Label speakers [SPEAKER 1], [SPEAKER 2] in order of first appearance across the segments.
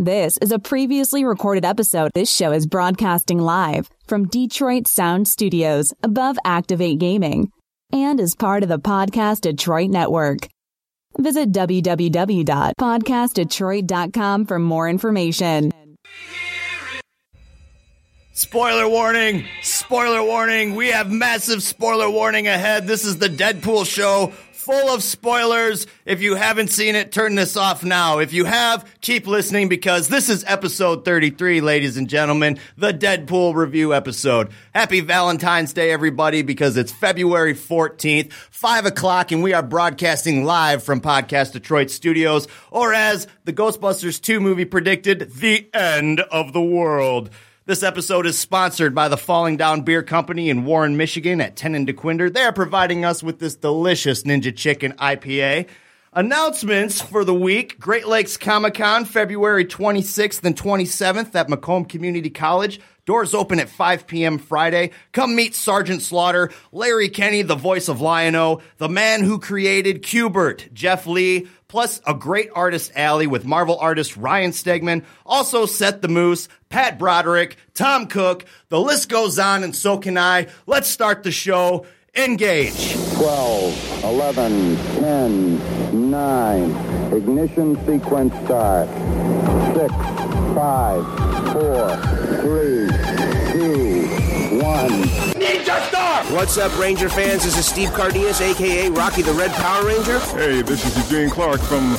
[SPEAKER 1] This is a previously recorded episode. This show is broadcasting live from Detroit Sound Studios above Activate Gaming and is part of the Podcast Detroit Network. Visit www.podcastdetroit.com for more information.
[SPEAKER 2] Spoiler warning! Spoiler warning! We have massive spoiler warning ahead. This is the Deadpool show full of spoilers. If you haven't seen it, turn this off now. If you have, keep listening because this is episode 33, ladies and gentlemen, the Deadpool review episode. Happy Valentine's Day, everybody, because it's February 14th, 5 o'clock, and we are broadcasting live from Podcast Detroit Studios, or as the Ghostbusters 2 movie predicted, the end of the world. This episode is sponsored by the Falling Down Beer Company in Warren, Michigan at Tenon de Quinder. They are providing us with this delicious Ninja Chicken IPA. Announcements for the week Great Lakes Comic Con, February 26th and 27th at Macomb Community College. Doors open at 5 p.m. Friday. Come meet Sergeant Slaughter, Larry Kenny, the voice of Lion-O, the man who created Cubert, Jeff Lee, plus a great artist alley with Marvel artist Ryan Stegman, also Seth the Moose, Pat Broderick, Tom Cook. The list goes on and so can I. Let's start the show. Engage.
[SPEAKER 3] 12, 11, 10, 9. Ignition sequence start. 6, 5, 4, 3, 2, 1.
[SPEAKER 4] What's up, Ranger fans? This is Steve Cardenas, aka Rocky the Red Power Ranger.
[SPEAKER 5] Hey, this is Eugene Clark from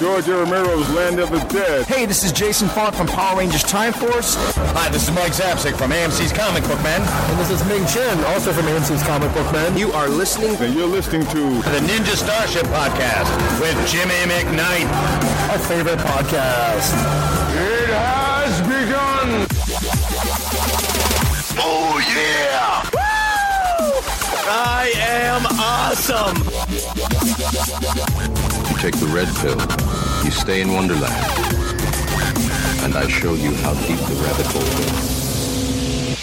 [SPEAKER 5] George Romero's Land of the Dead.
[SPEAKER 6] Hey, this is Jason Font from Power Rangers Time Force.
[SPEAKER 7] Hi, this is Mike Zapsik from AMC's Comic Book Man.
[SPEAKER 8] And this is Ming Chen, also from AMC's Comic Book Man.
[SPEAKER 4] You are listening.
[SPEAKER 5] And you're listening to
[SPEAKER 7] The Ninja Starship Podcast with Jimmy McKnight.
[SPEAKER 8] Our favorite podcast.
[SPEAKER 5] It Has Begun!
[SPEAKER 2] Oh, yeah! I am awesome!
[SPEAKER 9] You take the red pill, you stay in Wonderland, and I show you how deep the rabbit hole is.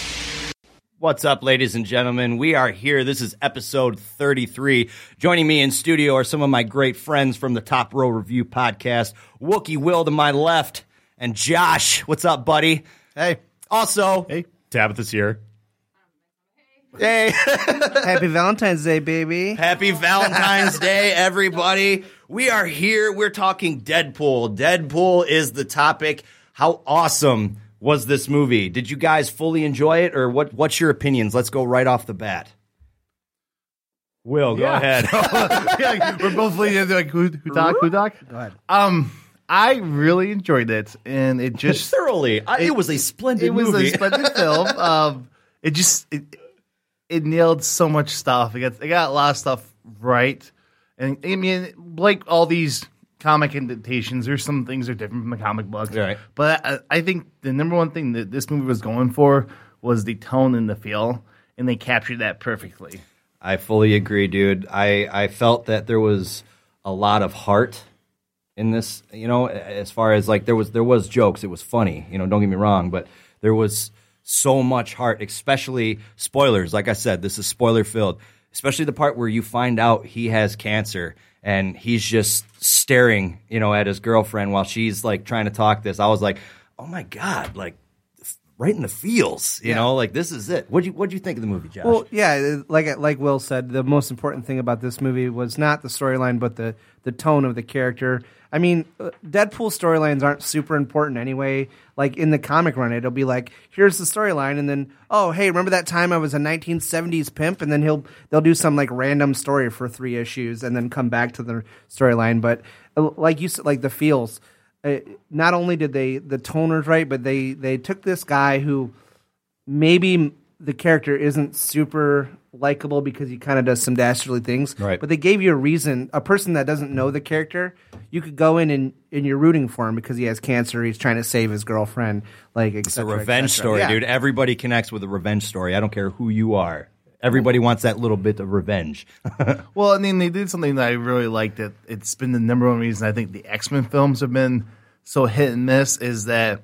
[SPEAKER 2] What's up, ladies and gentlemen? We are here. This is episode 33. Joining me in studio are some of my great friends from the Top Row Review podcast Wookie Will to my left, and Josh. What's up, buddy? Hey. Also, hey.
[SPEAKER 10] Tabitha's here.
[SPEAKER 11] Happy Valentine's Day, baby.
[SPEAKER 2] Happy Valentine's Day, everybody. We are here. We're talking Deadpool. Deadpool is the topic. How awesome was this movie? Did you guys fully enjoy it or what what's your opinions? Let's go right off the bat. Will, go ahead. Oh,
[SPEAKER 12] Yeah, we're both leaning into like who, who talk, who talk. Go ahead. Um, I really enjoyed it, and it just
[SPEAKER 2] Thoroughly. I, it, was a splendid
[SPEAKER 12] it was
[SPEAKER 2] movie.
[SPEAKER 12] a splendid film. Um, it just it, it nailed so much stuff. It got it got a lot of stuff right, and I mean, like all these comic indentations, there's some things that are different from the comic books.
[SPEAKER 2] Right.
[SPEAKER 12] But I, I think the number one thing that this movie was going for was the tone and the feel, and they captured that perfectly.
[SPEAKER 2] I fully agree, dude. I, I felt that there was a lot of heart in this, you know, as far as like there was there was jokes, it was funny, you know, don't get me wrong, but there was so much heart, especially spoilers. Like I said, this is spoiler filled. Especially the part where you find out he has cancer and he's just staring, you know, at his girlfriend while she's like trying to talk this. I was like, "Oh my god, like right in the feels, you know, like this is it." What do you what do you think of the movie, Josh?
[SPEAKER 11] Well, yeah, uh, like like Will said, the most important thing about this movie was not the storyline, but the the tone of the character. I mean, uh, Deadpool storylines aren't super important anyway. Like in the comic run, it'll be like, here's the storyline, and then oh hey, remember that time I was a 1970s pimp, and then he'll they'll do some like random story for three issues, and then come back to the storyline. But uh, like you said, like the feels. Uh, not only did they the toners right, but they they took this guy who maybe the character isn't super likable because he kind of does some dastardly things.
[SPEAKER 2] Right.
[SPEAKER 11] But they gave you a reason, a person that doesn't know the character, you could go in and, and you're rooting for him because he has cancer, he's trying to save his girlfriend, like
[SPEAKER 2] It's a
[SPEAKER 11] etc.
[SPEAKER 2] revenge story,
[SPEAKER 11] Yeah.
[SPEAKER 2] dude. Everybody connects with a revenge story. I don't care who you are. Everybody wants that little bit of revenge.
[SPEAKER 12] Well, I mean, they did something that I really liked. That it's been the number one reason I think the X Men films have been so hit and miss is that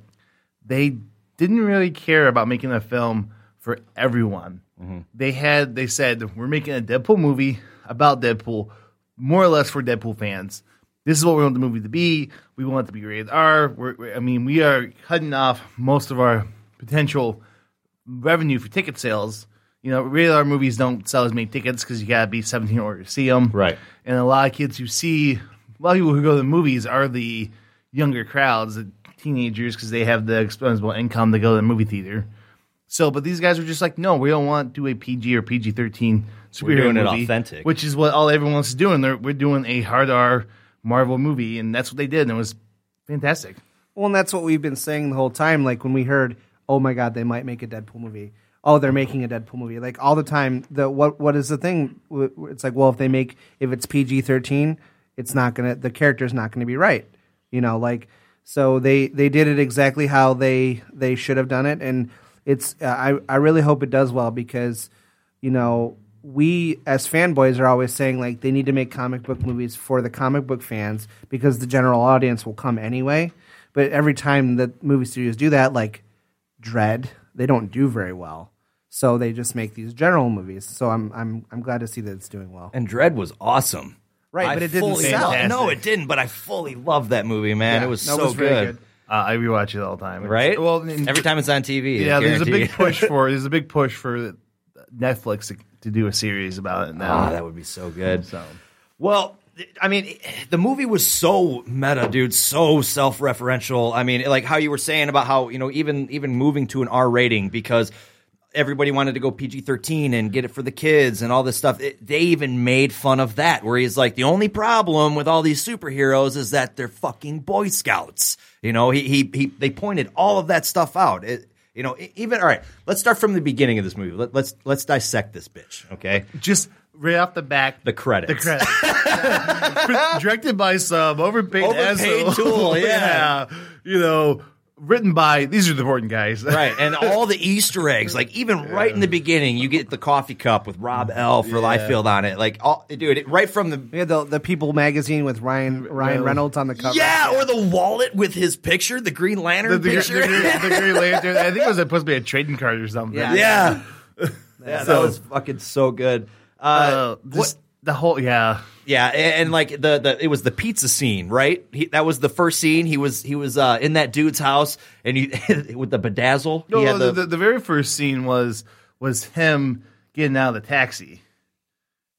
[SPEAKER 12] they didn't really care about making a film for everyone.
[SPEAKER 2] Mm-hmm.
[SPEAKER 12] They had they said we're making a Deadpool movie about Deadpool, more or less for Deadpool fans, this is what we want the movie to be. We want it to be rated R. We're, we're- I mean, we are cutting off most of our potential revenue for ticket sales. You know, rated R movies don't sell as many tickets because you got to be 17 in order to see them.
[SPEAKER 10] Right.
[SPEAKER 12] And a lot of kids you see, a lot of people who go to the movies are the younger crowds, the teenagers, because they have the expensible income to go to the movie theater. So, but these guys were just like, no, we don't want to do a PG or PG 13 superhero
[SPEAKER 2] We're doing it
[SPEAKER 12] movie,
[SPEAKER 2] authentic.
[SPEAKER 12] which is what all everyone else is doing. They're, we're doing a hard R Marvel movie, and that's what they did, and it was fantastic.
[SPEAKER 11] Well, and that's what we've been saying the whole time. Like when we heard, "Oh my God, they might make a Deadpool movie." Oh, they're making a Deadpool movie. Like all the time. The what? What is the thing? W- w- It's like, well, if they make if it's PG thirteen, it's not gonna. The character's not gonna be right. You know, like so they they did it exactly how they they should have done it, and it's. Uh, I I really hope it does well because you know, we as fanboys are always saying like they need to make comic book movies for the comic book fans because the general audience will come anyway. But every time that movie studios do that, like Dread, they don't do very well. So they just make these general movies. So I'm I'm I'm glad to see that it's doing well.
[SPEAKER 2] And Dread was awesome.
[SPEAKER 11] Right,
[SPEAKER 2] I
[SPEAKER 11] but it didn't
[SPEAKER 2] fully-
[SPEAKER 11] sell.
[SPEAKER 2] No, it didn't. But I fully loved that movie, man.
[SPEAKER 12] Yeah,
[SPEAKER 2] it was
[SPEAKER 12] no,
[SPEAKER 2] so
[SPEAKER 12] it was
[SPEAKER 2] good.
[SPEAKER 12] really good. Uh, I rewatch it all the time. It's-
[SPEAKER 2] Right?
[SPEAKER 12] well,
[SPEAKER 2] every time it's on TV.
[SPEAKER 12] yeah,
[SPEAKER 2] I
[SPEAKER 12] there's a
[SPEAKER 2] guarantee
[SPEAKER 12] big
[SPEAKER 2] you.
[SPEAKER 12] push for there's a big push for Netflix to, to do a series about it now.
[SPEAKER 2] Ah, that would be so good.
[SPEAKER 12] So.
[SPEAKER 2] Well, th- I mean, the movie was so meta, dude, so self-referential. I mean, like how you were saying about how you know even even moving to an R rating because everybody wanted to go PG thirteen and get it for the kids and all this stuff. It- they even made fun of that, where he's like, the only problem with all these superheroes is that they're fucking Boy Scouts. You know, he he, he they pointed all of that stuff out. It, you know, e- even all right. Let's start from the beginning of this movie. Let, let's let's dissect this bitch. Okay,
[SPEAKER 12] just right off the back,
[SPEAKER 2] the credits.
[SPEAKER 12] The credits. Directed by some overpaid,
[SPEAKER 2] Overpaid
[SPEAKER 12] asshole.
[SPEAKER 2] tool, yeah.
[SPEAKER 12] You know, written by these are the important guys.
[SPEAKER 2] right and all the easter eggs like even right in the beginning you get the coffee cup with rob l for
[SPEAKER 11] Yeah.
[SPEAKER 2] Liefeld on it like all, dude it, right from the
[SPEAKER 11] yeah the the People magazine with Ryan Ryan
[SPEAKER 2] Reynolds.
[SPEAKER 11] Reynolds on the cover.
[SPEAKER 2] yeah or the wallet with his picture the green lantern
[SPEAKER 12] The, the, the,
[SPEAKER 2] picture
[SPEAKER 12] the Green Lantern. I think it was supposed to be a trading card or something.
[SPEAKER 2] yeah yeah, Yeah, that
[SPEAKER 12] So-
[SPEAKER 2] was fucking so good uh,
[SPEAKER 12] just the whole yeah
[SPEAKER 2] yeah a- and, like the, the it was the pizza scene right he, that was the first scene he was he was uh, in that dude's house and he with the bedazzle
[SPEAKER 12] No,
[SPEAKER 2] he had
[SPEAKER 12] the, the, the very first scene was was him getting out of the taxi,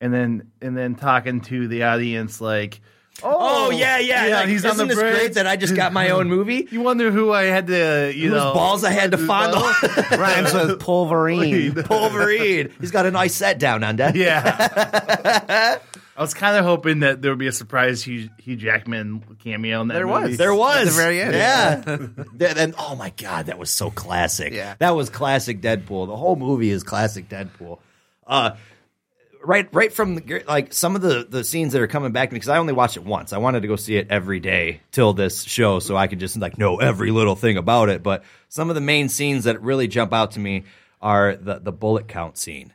[SPEAKER 12] and then and then talking to the audience like, "Oh,
[SPEAKER 2] Oh, yeah, yeah, like,
[SPEAKER 12] he's on
[SPEAKER 2] isn't
[SPEAKER 12] the
[SPEAKER 2] this great
[SPEAKER 12] bridge.
[SPEAKER 2] that I just got my own movie?
[SPEAKER 12] You wonder who I had to, you
[SPEAKER 2] Whose
[SPEAKER 12] know,
[SPEAKER 2] balls I had to fondle.
[SPEAKER 11] Rhymes with Pulverine.
[SPEAKER 2] Pulverine. He's got a nice set down on deck.
[SPEAKER 12] Yeah. I was kind of hoping that there would be a surprise Hugh, Hugh Jackman cameo in that
[SPEAKER 2] There was.
[SPEAKER 12] movie.
[SPEAKER 2] There was. At the very end. Yeah.
[SPEAKER 12] Yeah.
[SPEAKER 2] Th- then oh my god, that was so classic. Yeah, that was classic Deadpool. The whole movie is classic Deadpool. Uh, right, right from the, like some of the the scenes that are coming back to me because I only watched it once. I wanted to go see it every day till this show so I could just like know every little thing about it. But some of the main scenes that really jump out to me are the the bullet count scene.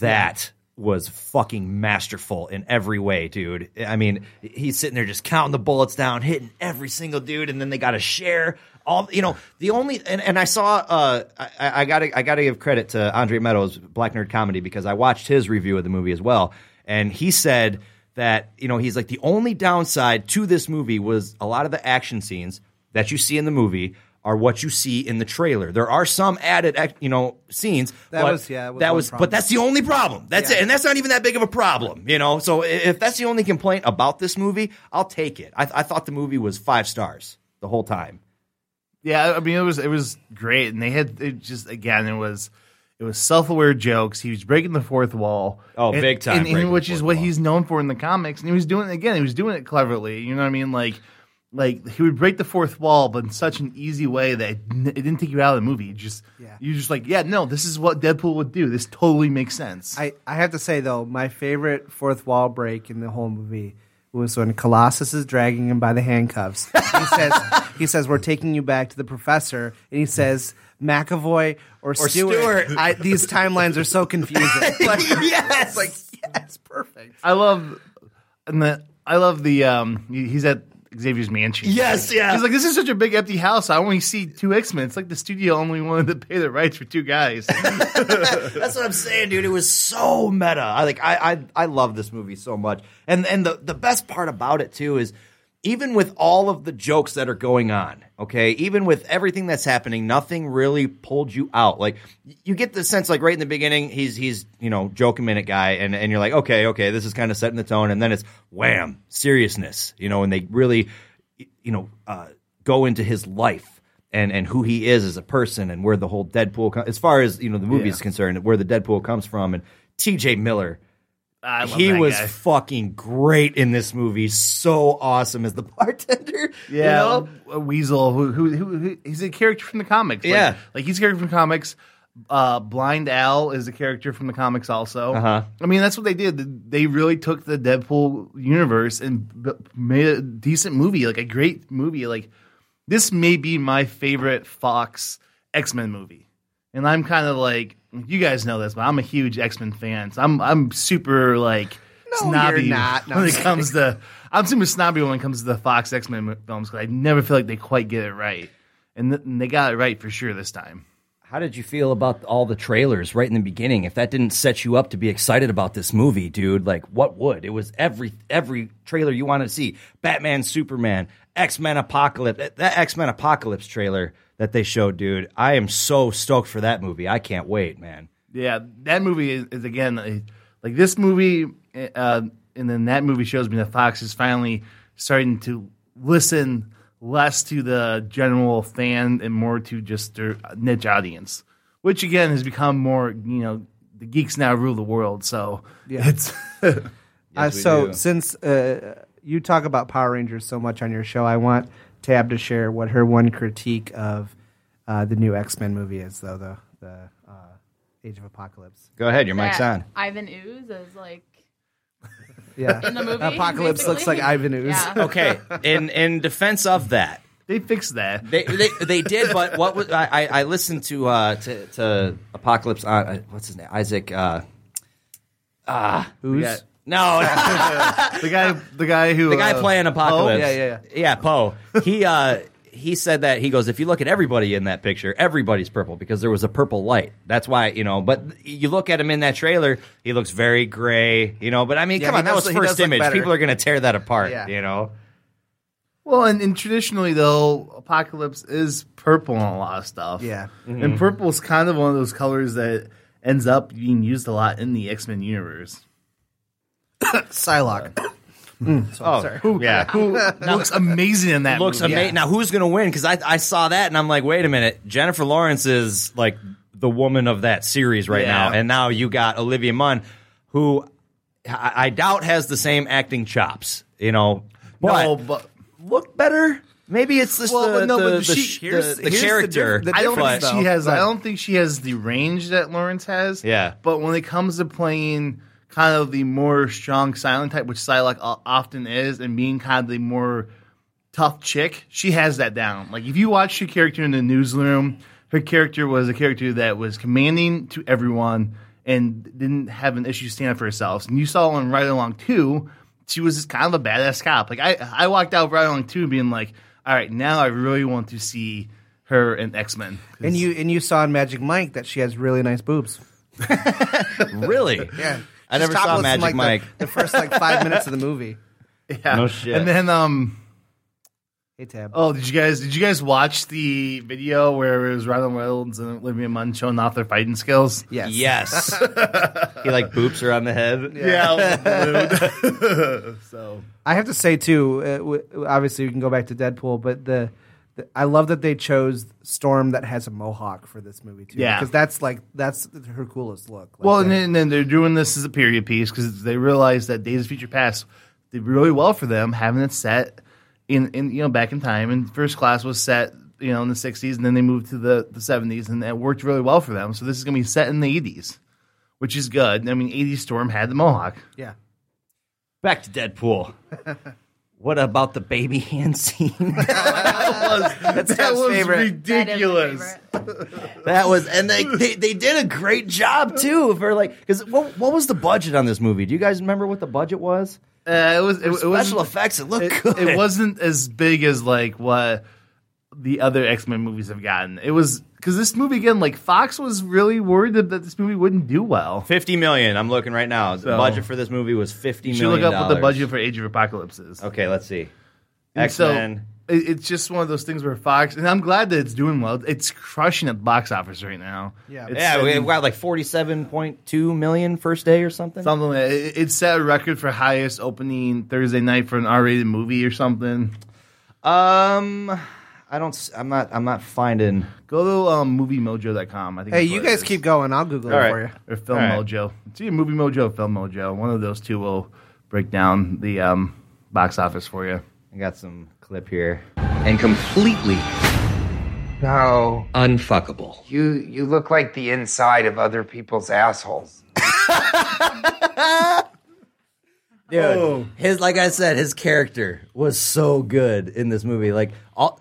[SPEAKER 2] That was fucking masterful in every way, dude. I mean, he's sitting there just counting the bullets down, hitting every single dude, and then they got to share all. You know, the only and, and I saw. Uh, I, I gotta I gotta give credit to Andre Meadows, Black Nerd Comedy, because I watched his review of the movie as well, and he said that you know he's like the only downside to this movie was a lot of the action scenes that you see in the movie. Are what you see in the trailer. There are some added, act- you know, scenes.
[SPEAKER 11] That
[SPEAKER 2] but
[SPEAKER 11] was- yeah, that was
[SPEAKER 2] that
[SPEAKER 11] one
[SPEAKER 2] was,
[SPEAKER 11] problem.
[SPEAKER 2] but that's the only problem. That's it, and that's not even that big of a problem, you know. So i- if that's the only complaint about this movie, I'll take it. I, I thought the movie was five stars the whole time.
[SPEAKER 12] Yeah, I mean it was it was great, and they had it just again it was it was self aware jokes. He was breaking the fourth wall.
[SPEAKER 2] Oh,
[SPEAKER 12] And-
[SPEAKER 2] big time
[SPEAKER 12] and- and
[SPEAKER 2] breaking
[SPEAKER 12] which is what he's known for in the comics, and he was doing it again. He was doing it cleverly. You know what I mean? Like like he would break the fourth wall, but in such an easy way that it, n- it didn't take you out of the movie. You just you're just like, yeah, no, this is what Deadpool would do. This totally makes sense.
[SPEAKER 11] I, I have to say though, my favorite fourth wall break in the whole movie was when Colossus is dragging him by the handcuffs. He says, "He says we're taking you back to the professor," and he says, "McAvoy or, Stewart."
[SPEAKER 12] Stewart.
[SPEAKER 11] I, these timelines are so confusing.
[SPEAKER 2] yes,
[SPEAKER 12] like yes, perfect. I love and the I love the um he- he's at Xavier's mansion.
[SPEAKER 2] Yes, yeah.
[SPEAKER 12] He's like, this is such a big empty house. I only see two X Men. It's like the studio only wanted to pay the rights for two guys.
[SPEAKER 2] That's what I'm saying, dude. It was so meta. I like I I, I love this movie so much. And and the, the best part about it too is even with all of the jokes that are going on, okay, even with everything that's happening, nothing really pulled you out. Like you get the sense, like right in the beginning, he's he's you know joking minute guy, and and you're like, okay, okay, this is kind of setting the tone, and then it's wham seriousness, you know, and they really, you know, uh, go into his life. And, and who he is as a person and where the whole Deadpool com- as far as you know the movie is concerned where the Deadpool comes from and T.J. Miller he was
[SPEAKER 12] guy.
[SPEAKER 2] fucking great in this movie. So awesome as the bartender. you
[SPEAKER 12] yeah,
[SPEAKER 2] know?
[SPEAKER 12] a Weasel, who, who who who he's a character from the comics. Like-
[SPEAKER 2] Yeah.
[SPEAKER 12] like he's a character from the comics. Uh, Blind Al is a character from the comics. Also,
[SPEAKER 2] Uh-huh.
[SPEAKER 12] I mean that's what they did. They really took the Deadpool universe and b- made a decent movie, like a great movie. Like this may be my favorite Fox X Men movie, and I'm kind of like you guys know this, but I'm a huge X Men fan. So I'm I'm super like snobby
[SPEAKER 11] you're not. No,
[SPEAKER 12] when
[SPEAKER 11] I'm
[SPEAKER 12] it comes to I'm super snobby when it comes to the Fox X Men films because I never feel like they quite get it right, and, th- and they got it right for sure this time.
[SPEAKER 2] How did you feel about all the trailers right in the beginning? If that didn't set you up to be excited about this movie, dude, like what would? It was every every trailer you wanted to see. Batman, Superman, X-Men Apocalypse. That, that X-Men Apocalypse trailer that they showed, dude. I am so stoked for that movie. I can't wait, man.
[SPEAKER 12] Yeah, that movie is, is again a- like this movie, uh, and then that movie shows me that Fox is finally starting to listen less to the general fan and more to just their niche audience, which again has become more you know the geeks now rule the world. So yeah, it's
[SPEAKER 11] Uh, so since uh, you talk about Power Rangers so much on your show, I want Tab to share what her one critique of uh, the new X Men movie is, though the the uh, Age of Apocalypse.
[SPEAKER 2] Go ahead, your mic's
[SPEAKER 10] that
[SPEAKER 2] on.
[SPEAKER 10] Ivan Ooze is like
[SPEAKER 11] Yeah,
[SPEAKER 10] in the movie.
[SPEAKER 11] Apocalypse looks like Ivan Ooze.
[SPEAKER 10] Yeah.
[SPEAKER 2] Okay, in in defense of that,
[SPEAKER 12] they fixed that.
[SPEAKER 2] They, they they did, but what was I, I I listened to uh to, to Apocalypse on uh, what's his name Isaac uh ah
[SPEAKER 11] Ooze?
[SPEAKER 2] yeah. no
[SPEAKER 12] the guy the guy who
[SPEAKER 2] the guy
[SPEAKER 12] uh,
[SPEAKER 2] playing Apocalypse
[SPEAKER 12] Poe? Yeah, yeah, yeah.
[SPEAKER 2] yeah Poe he uh he said that he goes if you look at everybody in that picture everybody's purple because there was a purple light that's why you know but you look at him in that trailer he looks very gray you know but I mean
[SPEAKER 11] Yeah,
[SPEAKER 2] come
[SPEAKER 11] he
[SPEAKER 2] on that
[SPEAKER 11] does-
[SPEAKER 2] was
[SPEAKER 11] he does
[SPEAKER 2] first
[SPEAKER 11] look
[SPEAKER 2] image
[SPEAKER 11] better.
[SPEAKER 2] people are gonna tear that apart
[SPEAKER 11] Yeah.
[SPEAKER 2] you know
[SPEAKER 12] Well, and, and traditionally though, Apocalypse is purple on a lot of stuff.
[SPEAKER 11] Yeah.
[SPEAKER 2] Mm-hmm.
[SPEAKER 12] and purple's kind of one of those colors that ends up being used a lot in the X Men universe.
[SPEAKER 11] Psylocke.
[SPEAKER 2] oh
[SPEAKER 12] Who,
[SPEAKER 2] yeah
[SPEAKER 12] who looks amazing in that?
[SPEAKER 2] looks
[SPEAKER 12] movie.
[SPEAKER 2] amazing. Now, who's going to win? Because I, I saw that and I'm like, wait a minute. Jennifer Lawrence is like the woman of that series right
[SPEAKER 12] Yeah.
[SPEAKER 2] now. And now you got Olivia Munn, who I, I doubt has the same acting chops, you know, but,
[SPEAKER 12] No, but
[SPEAKER 2] look better. Maybe it's just
[SPEAKER 12] Well,
[SPEAKER 2] the,
[SPEAKER 12] but no,
[SPEAKER 2] the,
[SPEAKER 12] but
[SPEAKER 2] the,
[SPEAKER 12] she-
[SPEAKER 2] sh- the-
[SPEAKER 12] here's-
[SPEAKER 2] the
[SPEAKER 12] here's the
[SPEAKER 2] character.
[SPEAKER 11] diff- the
[SPEAKER 12] I don't
[SPEAKER 11] difference,
[SPEAKER 12] think
[SPEAKER 2] but-
[SPEAKER 11] though.
[SPEAKER 12] she has.
[SPEAKER 11] But-
[SPEAKER 12] I don't think she has the range that Lawrence has.
[SPEAKER 2] Yeah.
[SPEAKER 12] But when it comes to playing kind of the more strong silent type, which Psylocke o- often is, and being kind of the more tough chick, she has that down. Like if you watch her character in the newsroom, her character was a character that was commanding to everyone and didn't have an issue standing up for herself. And you saw in Right Along Two, she was just kind of a badass cop. Like I, I walked out of Right Along Two being like, all right, now I really want to see her in X Men.
[SPEAKER 11] And you and you saw in Magic Mike that she has really nice boobs.
[SPEAKER 2] really?
[SPEAKER 11] Yeah.
[SPEAKER 2] I never
[SPEAKER 11] She's
[SPEAKER 2] saw
[SPEAKER 11] topless in,
[SPEAKER 2] Magic
[SPEAKER 11] like, the-
[SPEAKER 2] Mike.
[SPEAKER 11] The, first like five minutes of the movie.
[SPEAKER 12] yeah.
[SPEAKER 2] No shit.
[SPEAKER 12] And then um.
[SPEAKER 11] Hey Tab.
[SPEAKER 12] Oh, did you guys did you guys watch the video where it was Ryan Reynolds and Olivia Munn showing off their fighting skills?
[SPEAKER 11] yes.
[SPEAKER 2] Yes. he like boops her on the head.
[SPEAKER 12] Yeah. so
[SPEAKER 11] I have to say too. Uh, w- obviously, we can go back to Deadpool, but the, the I love that they chose Storm that has a mohawk for this movie too.
[SPEAKER 12] Yeah.
[SPEAKER 11] because that's like that's her coolest look. Like,
[SPEAKER 12] well,
[SPEAKER 11] that-
[SPEAKER 12] and then, and then they're doing this as a period piece because they realize that Days of Future Past did really well for them having it set in in you know back in time and First Class was set you know in the '60s and then they moved to the the '70s and that worked really well for them. So this is going to be set in the '80s, which is good. I mean, '80s Storm had the mohawk.
[SPEAKER 11] yeah,
[SPEAKER 2] Back to Deadpool. what about the baby hand scene?
[SPEAKER 11] that's Tab's favorite.
[SPEAKER 10] that is my
[SPEAKER 12] ridiculous.
[SPEAKER 10] favorite.
[SPEAKER 2] That was, and they, they they did a great job too for like, because what what was the budget on this movie? Do you guys remember what the budget was?
[SPEAKER 12] Uh, it was it, it
[SPEAKER 2] special
[SPEAKER 12] wasn't-
[SPEAKER 2] effects. It looked
[SPEAKER 12] it,
[SPEAKER 2] good.
[SPEAKER 12] it wasn't as big as like what the other X Men movies have gotten. It was because this movie again, like Fox was really worried that, that this movie wouldn't do well.
[SPEAKER 2] fifty million. I'm looking right now. The
[SPEAKER 12] So-
[SPEAKER 2] budget for this movie was fifty
[SPEAKER 12] You
[SPEAKER 2] million.
[SPEAKER 12] should look up what the
[SPEAKER 2] dollars.
[SPEAKER 12] budget for Age of Apocalypse is.
[SPEAKER 2] Okay, let's see.
[SPEAKER 12] And
[SPEAKER 2] X Men.
[SPEAKER 12] So it, it's just one of those things where Fox, and I'm glad that it's doing well. It's crushing at the box office right now.
[SPEAKER 11] Yeah.
[SPEAKER 12] It's
[SPEAKER 2] yeah, we
[SPEAKER 12] setting-
[SPEAKER 2] got like forty-seven point two million first day or something.
[SPEAKER 12] Something like it, it set a record for highest opening Thursday night for an R-rated movie or something.
[SPEAKER 2] Um, I don't. s- I'm not. I'm not finding.
[SPEAKER 12] Go to um, MovieMojo.com. I think.
[SPEAKER 11] Hey,
[SPEAKER 12] that's
[SPEAKER 11] you
[SPEAKER 12] what it
[SPEAKER 11] guys
[SPEAKER 12] is.
[SPEAKER 11] keep going. I'll Google
[SPEAKER 2] All
[SPEAKER 11] it
[SPEAKER 2] right.
[SPEAKER 11] for you.
[SPEAKER 12] or Film
[SPEAKER 2] All right.
[SPEAKER 12] Mojo. It's either Movie Mojo or Film Mojo. One of those two will break down the um, box office for you.
[SPEAKER 2] I got some clip here.
[SPEAKER 10] and completely
[SPEAKER 13] No,
[SPEAKER 10] unfuckable.
[SPEAKER 13] you you look like the inside of other people's assholes.
[SPEAKER 2] Dude, his like I said, his character was so good in this movie. Like all,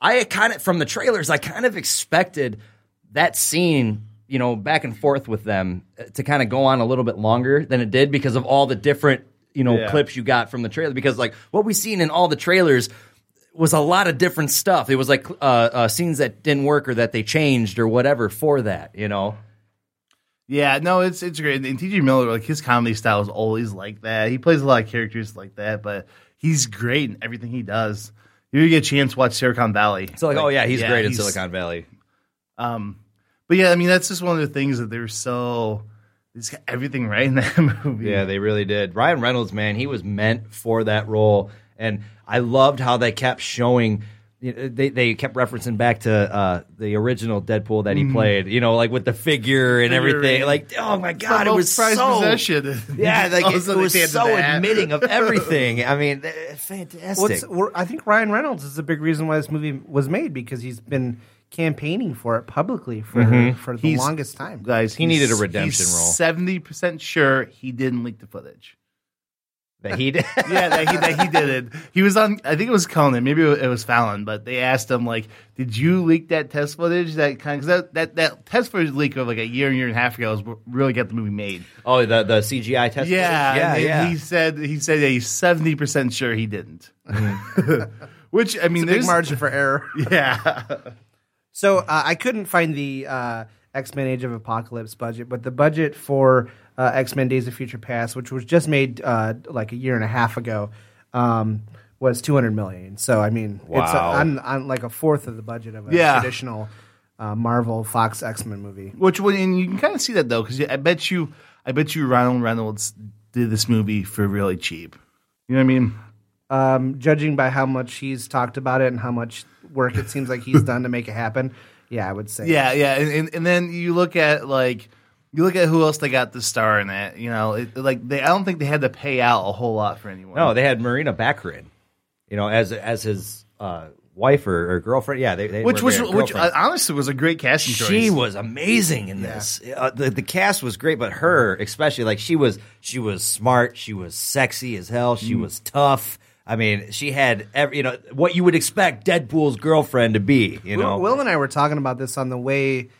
[SPEAKER 2] I kind of from the trailers, I kind of expected that scene, you know, back and forth with them uh, to kind of go on a little bit longer than it did because of all the different, you know,
[SPEAKER 12] Yeah.
[SPEAKER 2] clips you got from the trailer. Because like what we seen in all the trailers was a lot of different stuff. It was like uh, uh, scenes that didn't work or that they changed or whatever for that, you know.
[SPEAKER 12] Yeah, no, it's it's great. And T.J. Miller, like his comedy style is always like that. He plays a lot of characters like that, but he's great in everything he does. If you get a chance, watch Silicon Valley.
[SPEAKER 2] So like, oh yeah, he's great
[SPEAKER 12] he's-
[SPEAKER 2] in Silicon Valley.
[SPEAKER 12] Um, but yeah, I mean that's just one of the things that they're so he's got everything right in that movie.
[SPEAKER 2] Yeah, they really did. Ryan Reynolds, man, he was meant for that role, and I loved how they kept showing. you know, They they kept referencing back to uh, the original Deadpool that he
[SPEAKER 12] Mhm.
[SPEAKER 2] played. You know, like with the figure and everything.
[SPEAKER 12] Figurine.
[SPEAKER 2] Like, oh my
[SPEAKER 12] It's
[SPEAKER 2] god,
[SPEAKER 12] the
[SPEAKER 2] it
[SPEAKER 12] most
[SPEAKER 2] was
[SPEAKER 12] prized
[SPEAKER 2] so.
[SPEAKER 12] possession.
[SPEAKER 2] Yeah, like
[SPEAKER 12] All of
[SPEAKER 2] it,
[SPEAKER 12] a sudden they
[SPEAKER 2] was
[SPEAKER 12] pan to
[SPEAKER 2] so
[SPEAKER 12] that.
[SPEAKER 2] admitting of everything. I mean, eh, fantastic.
[SPEAKER 11] What's, we're- I think Ryan Reynolds is a big reason why this movie was made because he's been campaigning for it publicly for
[SPEAKER 2] Mhm.
[SPEAKER 11] for the
[SPEAKER 12] He's-
[SPEAKER 11] longest time.
[SPEAKER 12] guys.
[SPEAKER 2] He needed a redemption role.
[SPEAKER 12] Seventy percent sure he didn't leak the footage.
[SPEAKER 2] that he did.
[SPEAKER 12] yeah, that he that he did it. He was on. I think it was Conan. Maybe it was Fallon. But they asked him like, "Did you leak that test footage? That kind cause that, that that test footage leak of like a year, year and a half ago is what really got the movie made."
[SPEAKER 2] Oh, the the CGI test.
[SPEAKER 12] yeah,
[SPEAKER 2] yeah,
[SPEAKER 12] and
[SPEAKER 2] yeah.
[SPEAKER 12] He said he said that he's seventy percent sure he didn't. Mm-hmm. Which I
[SPEAKER 11] It's
[SPEAKER 12] mean,
[SPEAKER 11] a big
[SPEAKER 12] there's
[SPEAKER 11] margin for error.
[SPEAKER 12] yeah.
[SPEAKER 11] So uh, I couldn't find the uh, X Men Age of Apocalypse budget, but the budget for uh, X Men Days of Future Past, which was just made uh, like a year and a half ago, um, was two hundred million. So I mean, it's uh
[SPEAKER 2] Wow.
[SPEAKER 11] on, on like a fourth of the budget of a
[SPEAKER 12] Yeah.
[SPEAKER 11] traditional uh, Marvel Fox X Men movie.
[SPEAKER 12] Which one? And you can kind of see that though, because I bet you, I bet you, Ronald Reynolds did this movie for really cheap. You know what I mean?
[SPEAKER 11] Um, judging by how much he's talked about it and how much work it seems like he's done to make it happen, yeah, I would say
[SPEAKER 12] Yeah, yeah. And, and, and then you look at like you look at who else they got the star in that. You know, it, like they. I don't think they had to pay out a whole lot for anyone.
[SPEAKER 2] No, they had Marina Baccarin, you know, as as his uh, wife or, or girlfriend. Yeah, they, they
[SPEAKER 12] which
[SPEAKER 2] were-
[SPEAKER 12] which which
[SPEAKER 2] girlfriend.
[SPEAKER 12] uh, honestly was a great casting choice.
[SPEAKER 2] she was amazing in this. Uh, the the cast was great, but her especially, like she was she was smart, she was sexy as hell,
[SPEAKER 12] Mm.
[SPEAKER 2] she was tough. I mean, she had every you know what you would expect Deadpool's girlfriend to be. You
[SPEAKER 11] Will-
[SPEAKER 2] know,
[SPEAKER 11] Will and I were talking about this on the way,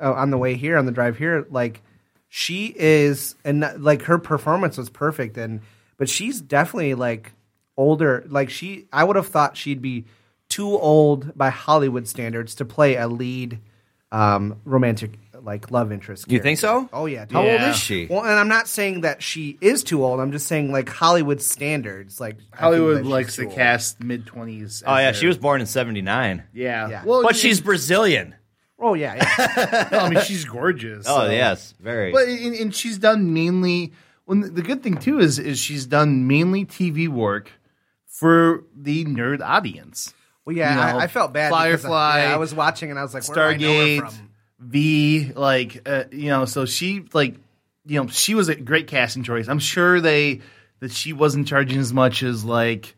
[SPEAKER 11] uh, on the way here, on the drive here. Like, she is, and not- like her performance was perfect, and but she's definitely like older. Like she, I would have thought she'd be too old by Hollywood standards to play a lead um, romantic like love interest.
[SPEAKER 2] you think so?
[SPEAKER 11] Oh yeah.
[SPEAKER 2] How
[SPEAKER 11] dude.
[SPEAKER 2] old is she?
[SPEAKER 11] Well, and I'm not saying that she is too old. I'm just saying like Hollywood standards. Like I think that
[SPEAKER 12] Hollywood
[SPEAKER 11] she's
[SPEAKER 12] likes to
[SPEAKER 11] too old.
[SPEAKER 12] cast mid twenties.
[SPEAKER 2] oh yeah, she was born in '79,
[SPEAKER 12] Yeah.
[SPEAKER 11] Yeah.
[SPEAKER 12] Well,
[SPEAKER 2] but she's Brazilian.
[SPEAKER 11] Oh yeah. yeah.
[SPEAKER 12] no, I mean she's gorgeous.
[SPEAKER 2] Oh
[SPEAKER 12] so.
[SPEAKER 2] yes, very.
[SPEAKER 12] But and, and she's done mainly. Well, the good thing too is is she's done mainly TV work for the nerd audience.
[SPEAKER 11] Well, yeah,
[SPEAKER 12] You know,
[SPEAKER 11] I, I felt bad. because
[SPEAKER 12] Firefly,
[SPEAKER 11] I, yeah, I was watching and I was like, Where do I know her
[SPEAKER 12] Stargate,
[SPEAKER 11] from?
[SPEAKER 12] V, like uh, you know, so she like you know she was a great casting choice. I'm sure they that she wasn't charging as much as like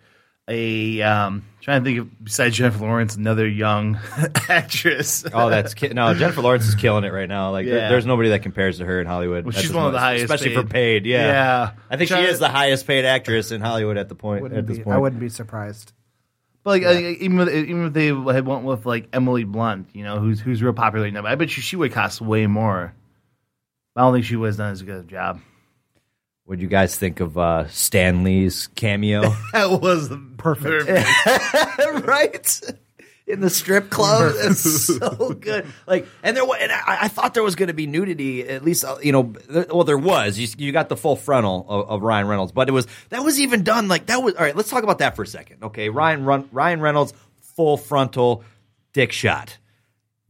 [SPEAKER 12] a um trying to think of besides Jennifer Lawrence another young actress.
[SPEAKER 2] Oh, that's ki- no. Jennifer Lawrence is killing it right now. Like, there-
[SPEAKER 12] Yeah.
[SPEAKER 2] there's nobody that compares to her in Hollywood.
[SPEAKER 12] Well,
[SPEAKER 2] at
[SPEAKER 12] she's
[SPEAKER 2] this
[SPEAKER 12] one of the
[SPEAKER 2] moment,
[SPEAKER 12] highest
[SPEAKER 2] especially for
[SPEAKER 12] paid.
[SPEAKER 2] paid. Yeah,
[SPEAKER 12] Yeah.
[SPEAKER 2] I think
[SPEAKER 12] Which
[SPEAKER 2] she
[SPEAKER 12] I-
[SPEAKER 2] is the highest paid actress in Hollywood at the point.
[SPEAKER 11] Wouldn't
[SPEAKER 2] at this
[SPEAKER 11] be-
[SPEAKER 2] point,
[SPEAKER 11] I wouldn't be surprised.
[SPEAKER 12] But like I, even with, even if they had went with like Emily Blunt, you know, who's who's real popular now, but I bet you she would cost way more. I don't think she would have done as good a job.
[SPEAKER 14] What do you guys think of uh, Stan Lee's cameo?
[SPEAKER 2] That was
[SPEAKER 11] perfect.
[SPEAKER 2] right? In the strip club, it's so good. Like, and there was, and I, I thought there was going to be nudity. At least, uh, you know, th- well, there was. You, you got the full frontal of, of Ryan Reynolds, but it was that was even done. Like that was all right. Let's talk about that for a second, okay? Ryan Run, Ryan Reynolds full frontal dick shot.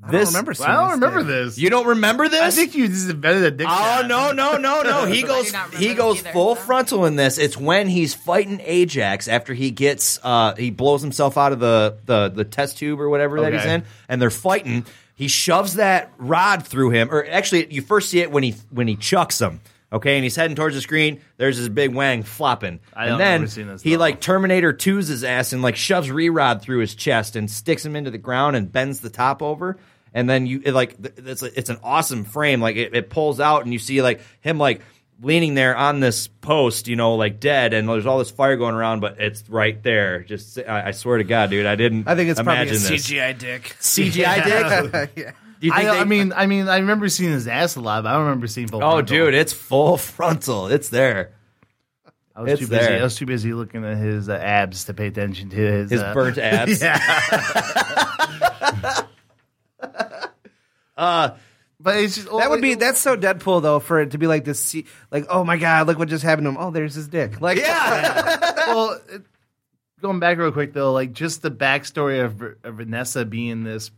[SPEAKER 12] I don't remember seeing I don't
[SPEAKER 2] this
[SPEAKER 12] remember this.
[SPEAKER 2] You don't remember this?
[SPEAKER 12] I think you just invented a dick.
[SPEAKER 2] Oh
[SPEAKER 12] shot.
[SPEAKER 2] no no no no! He goes he goes full frontal in this. It's when he's fighting Ajax after he gets uh he blows himself out of the the the test tube or whatever that he's
[SPEAKER 14] Okay.
[SPEAKER 2] in, and they're fighting. He shoves that rod through him, or actually, you first see it when he when he chucks him. Okay, and he's heading towards the screen. There's his big wang flopping,
[SPEAKER 12] I
[SPEAKER 2] and
[SPEAKER 12] don't
[SPEAKER 2] then
[SPEAKER 12] remember seeing this,
[SPEAKER 2] he like Terminator 2's his ass and like shoves Rerod through his chest and sticks him into the ground and bends the top over. And then you it, like th- it's a- it's an awesome frame. Like it, it pulls out and you see like him like leaning there on this post, you know, like dead. And there's all this fire going around, but it's right there. Just I, I swear to God, dude, I didn't.
[SPEAKER 11] I think it's probably a
[SPEAKER 2] imagine this.
[SPEAKER 11] CGI dick.
[SPEAKER 2] CGI dick. Do you
[SPEAKER 12] I,
[SPEAKER 2] think they-
[SPEAKER 12] I mean, I mean, I remember seeing his ass a lot, but I don't remember seeing full.
[SPEAKER 2] Oh,
[SPEAKER 12] frontal.
[SPEAKER 2] dude, it's full frontal. It's there.
[SPEAKER 12] I was
[SPEAKER 2] it's
[SPEAKER 12] too busy.
[SPEAKER 2] there.
[SPEAKER 12] I was too busy looking at his uh, abs to pay attention to his
[SPEAKER 2] His
[SPEAKER 12] uh,
[SPEAKER 2] burnt abs.
[SPEAKER 12] yeah.
[SPEAKER 2] uh,
[SPEAKER 12] but it's just, oh,
[SPEAKER 11] that would be that's so Deadpool though for it to be like this. se- Like, oh my god, look what just happened to him. Oh, there's his dick. Like,
[SPEAKER 12] well, it, going back real quick though, like just the backstory of, V- of Vanessa being this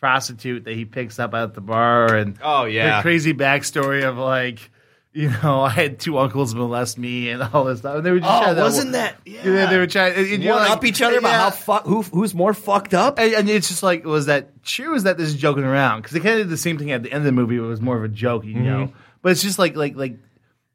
[SPEAKER 12] prostitute that he picks up at the bar, and
[SPEAKER 2] Oh, yeah.
[SPEAKER 12] the crazy backstory of like. You know, I had two uncles molest me and all this stuff. And they were just
[SPEAKER 2] Oh,
[SPEAKER 12] trying to-
[SPEAKER 2] wasn't that-
[SPEAKER 12] Yeah, they were trying. And, and you're
[SPEAKER 2] One
[SPEAKER 12] like-
[SPEAKER 2] up each other about
[SPEAKER 12] yeah.
[SPEAKER 2] how fuck who who's more fucked up.
[SPEAKER 12] And, and it's just like, was that true? or Was that this joking around? Because they kind of did the same thing at the end of the movie. It was more of a joke, you know. But it's just like, like, like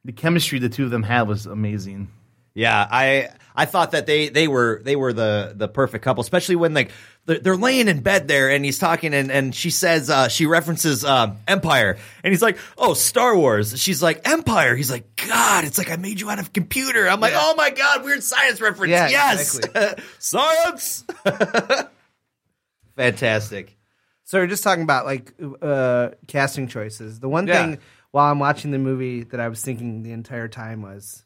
[SPEAKER 12] the chemistry the two of them had was amazing.
[SPEAKER 2] Yeah, I I thought that they they were they were the the perfect couple, especially when like they're, they're laying in bed there and he's talking and and she says uh, she references um, Empire and he's like, oh Star Wars. She's like Empire. He's like, God, it's like I made you out of a computer. I'm like, oh my God, weird science reference.
[SPEAKER 11] Yeah,
[SPEAKER 2] yes, science. Fantastic.
[SPEAKER 11] So we're just talking about like uh, casting choices. The one
[SPEAKER 2] Yeah.
[SPEAKER 11] thing while I'm watching the movie that I was thinking the entire time was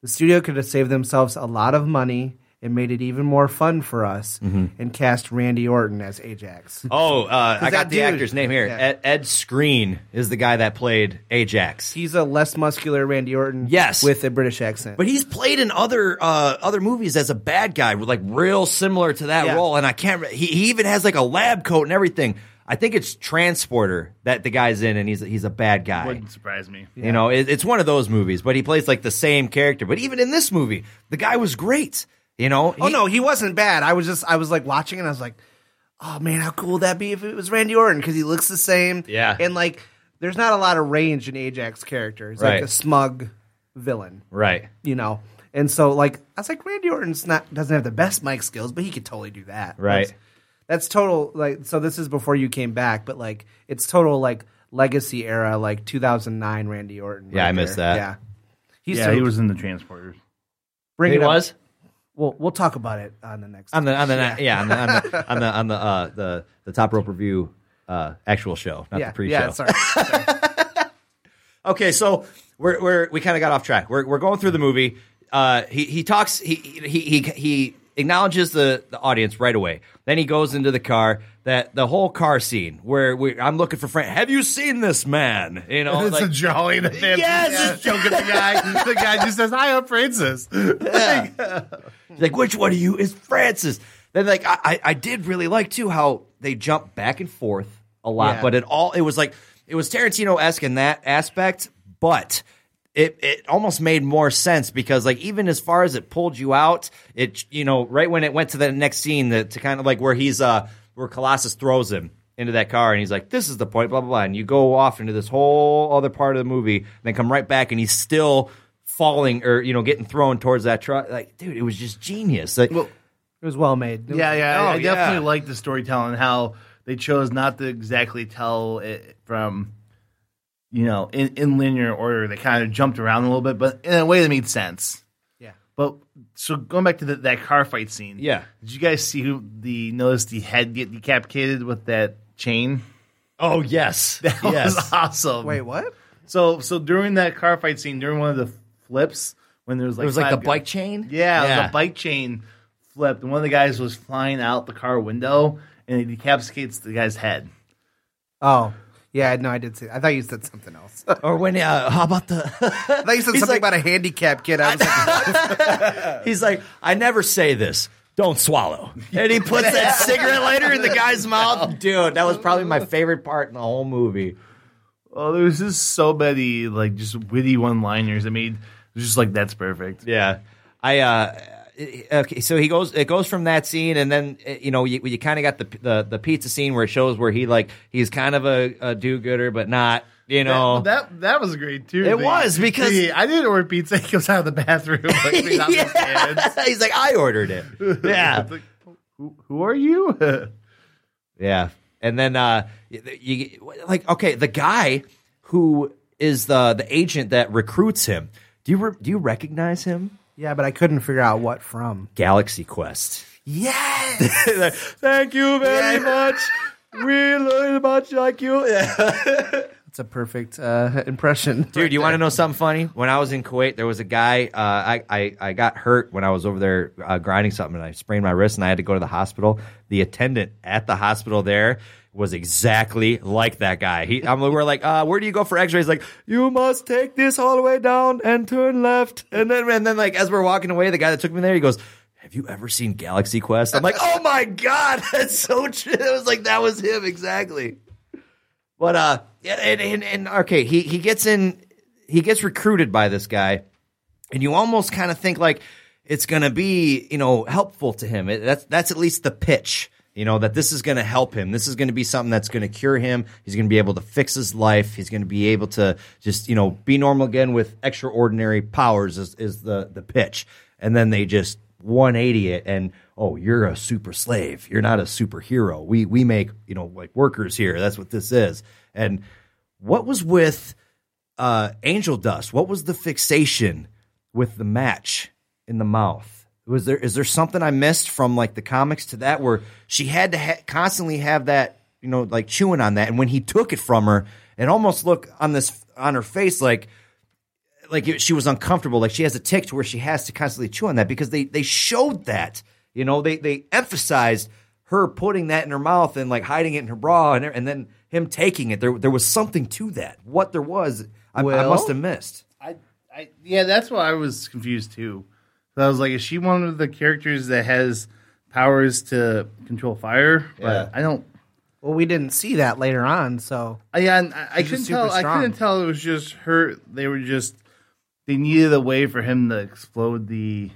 [SPEAKER 11] the studio could have saved themselves a lot of money and made it even more fun for us
[SPEAKER 2] Mm-hmm.
[SPEAKER 11] and cast Randy Orton as Ajax.
[SPEAKER 2] Oh, uh, I
[SPEAKER 11] that
[SPEAKER 2] got the
[SPEAKER 11] dude-
[SPEAKER 2] actor's name here.
[SPEAKER 11] Yeah.
[SPEAKER 2] Ed, Ed Screen is the guy that played Ajax.
[SPEAKER 11] He's a less muscular Randy Orton,
[SPEAKER 2] Yes.
[SPEAKER 11] with a British accent.
[SPEAKER 2] But he's played in other uh, other movies as a bad guy, like real similar to that
[SPEAKER 11] Yeah.
[SPEAKER 2] role. And I can't. Re- he, he even has like a lab coat and everything. I think it's Transporter that the guy's in, and he's he's a bad guy.
[SPEAKER 12] Wouldn't surprise me.
[SPEAKER 2] You know, it, it's one of those movies. But he plays like the same character. But even in this movie, the guy was great. You know,
[SPEAKER 11] oh
[SPEAKER 2] He-
[SPEAKER 11] no, he wasn't bad. I was just I was like watching and I was like, oh man, how cool would that be if it was Randy Orton because he looks the same.
[SPEAKER 2] Yeah.
[SPEAKER 11] and like there's not a lot of range in Ajax character. He's
[SPEAKER 2] Right.
[SPEAKER 11] like a smug villain,
[SPEAKER 2] right?
[SPEAKER 11] you know. And so like I was like Randy Orton's not doesn't have the best mic skills, but he could totally do that.
[SPEAKER 2] Right.
[SPEAKER 11] That's, that's total like so this is before you came back, but like it's total like legacy era like 2009 Randy Orton.
[SPEAKER 2] Yeah,
[SPEAKER 11] right
[SPEAKER 2] I missed
[SPEAKER 11] there.
[SPEAKER 2] that.
[SPEAKER 11] Yeah. He's
[SPEAKER 12] yeah,
[SPEAKER 11] so,
[SPEAKER 12] he was in the transporters.
[SPEAKER 11] bring
[SPEAKER 2] He
[SPEAKER 11] it up.
[SPEAKER 2] was
[SPEAKER 11] We'll we'll talk about it on the next
[SPEAKER 2] on the on the yeah, on the on the on the, on the, uh, the the top rope review uh, actual show, not
[SPEAKER 11] yeah,
[SPEAKER 2] the pre-show.
[SPEAKER 11] yeah, sorry.
[SPEAKER 2] Okay, so we're, we're we kind of got off track. We're, we're going through the movie. Uh, he he talks. He he he he acknowledges the the audience right away. Then he goes into the car. That the whole car scene where we, I'm looking for Frank. Have you seen this man? You know,
[SPEAKER 12] it's a
[SPEAKER 2] like,
[SPEAKER 12] jolly the family.
[SPEAKER 2] Yes!
[SPEAKER 12] just joking the guy. The guy just says, "Hi, I'm Francis."
[SPEAKER 2] He's like, which one of you is Francis? Then like I, I, I did really like too how they jump back and forth a lot,
[SPEAKER 11] Yeah.
[SPEAKER 2] but it all it was like it was Tarantino esque in that aspect, but it it almost made more sense because like even as far as it pulled you out, it you know right when it went to the next scene that to kind of like where he's uh where Colossus throws him into that car and he's like this is the point blah blah blah and you go off into this whole other part of the movie and then come right back and he's still falling or you know getting thrown towards that truck like dude it was just genius like
[SPEAKER 11] It was well made.
[SPEAKER 12] Yeah, yeah. I,
[SPEAKER 2] Oh,
[SPEAKER 12] I definitely
[SPEAKER 2] yeah.
[SPEAKER 12] like the storytelling. How they chose not to exactly tell it from, you know, in, in linear order. They kind of jumped around a little bit, but in a way that made sense.
[SPEAKER 11] Yeah.
[SPEAKER 12] But so going back to the, that car fight scene.
[SPEAKER 2] Yeah.
[SPEAKER 12] Did you guys see who the notice the head get decapitated with that chain?
[SPEAKER 2] oh yes
[SPEAKER 12] That was awesome.
[SPEAKER 11] Wait, what?
[SPEAKER 2] Mm.
[SPEAKER 12] So so during that car fight scene, during one of the flips when there was like
[SPEAKER 2] it was like the
[SPEAKER 12] five guys.
[SPEAKER 2] bike chain.
[SPEAKER 12] Yeah, the bike chain flipped, and one of the guys was flying out the car window, and it decapitates the guy's head.
[SPEAKER 11] Oh. Yeah, no, I did see. I thought you said something else.
[SPEAKER 2] or when, uh, how about the?
[SPEAKER 11] I thought you said something about a handicap kid. I was like,
[SPEAKER 2] He's like, I never say this. Don't swallow. And he puts that cigarette lighter in the guy's mouth. Dude, that was probably my favorite part in the whole movie.
[SPEAKER 12] Oh, there was just so many like just witty one-liners. I mean, it was just like that's perfect.
[SPEAKER 2] Yeah. I uh okay, so he goes it goes from that scene and then eh, you know you, you kind of got the, the the pizza scene where it shows where he like he's kind of a, a do-gooder but not, you know.
[SPEAKER 12] that that, that was great too.
[SPEAKER 2] It
[SPEAKER 12] The-
[SPEAKER 2] was, because-
[SPEAKER 12] the- I didn't order pizza. He goes out of the bathroom. Like, clean out his hands.
[SPEAKER 2] he's like I ordered it. Yeah.
[SPEAKER 12] It's like, who, who are you?
[SPEAKER 2] Yeah, and then uh, you, you like okay, the guy who is the the agent that recruits him. Do you re- do you recognize him?
[SPEAKER 11] yeah, but I couldn't figure out what from.
[SPEAKER 2] Galaxy Quest.
[SPEAKER 11] Yes.
[SPEAKER 2] Thank you very much. We learned much like you.
[SPEAKER 11] That's a perfect uh, impression.
[SPEAKER 2] Dude, you want to know something funny? When I was in Kuwait, there was a guy. Uh, I, I I got hurt when I was over there uh, grinding something, and I sprained my wrist, and I had to go to the hospital. The attendant at the hospital there was exactly like that guy. He, I'm, we're like, uh, where do you go for X-rays? Like, you must take this all the way down and turn left, and then and then like as we're walking away, the guy that took me there, he goes. Have you ever seen Galaxy Quest? I'm like, oh my god, that's so true. It was like that was him exactly. But uh, yeah, and, and, and okay, he he gets in, he gets recruited by this guy, and you almost kind of think like it's gonna be you know helpful to him. It, that's that's at least the pitch, you know, that this is gonna help him. This is gonna be something that's gonna cure him. He's gonna be able to fix his life. He's gonna be able to just you know be normal again with extraordinary powers. Is is the the pitch, and then they just 180 it and oh you're a super slave you're not a superhero we we make you know like workers here that's what this is and what was with uh angel dust what was the fixation with the match in the mouth was there is there something i missed from like the comics to that where she had to ha- constantly have that you know like chewing on that and when he took it from her it almost looked on this on her face like like it- she was uncomfortable. Like she has a tick to where she has to constantly chew on that because they they showed that. You know, they they emphasized her putting that in her mouth and like hiding it in her bra and and then him taking it. There there was something to that. What there was, I, I
[SPEAKER 11] Well-
[SPEAKER 2] must have missed.
[SPEAKER 12] I, I, yeah, that's why I was confused too. So I was like, is she one of the characters that has powers to control fire? But I don't.
[SPEAKER 11] Well, we didn't see that later on, so
[SPEAKER 12] I, yeah, and I, I
[SPEAKER 11] She's
[SPEAKER 12] couldn't
[SPEAKER 11] just
[SPEAKER 12] tell.
[SPEAKER 11] super
[SPEAKER 12] I couldn't tell. It was just her. They were just. They needed a way for him to explode the,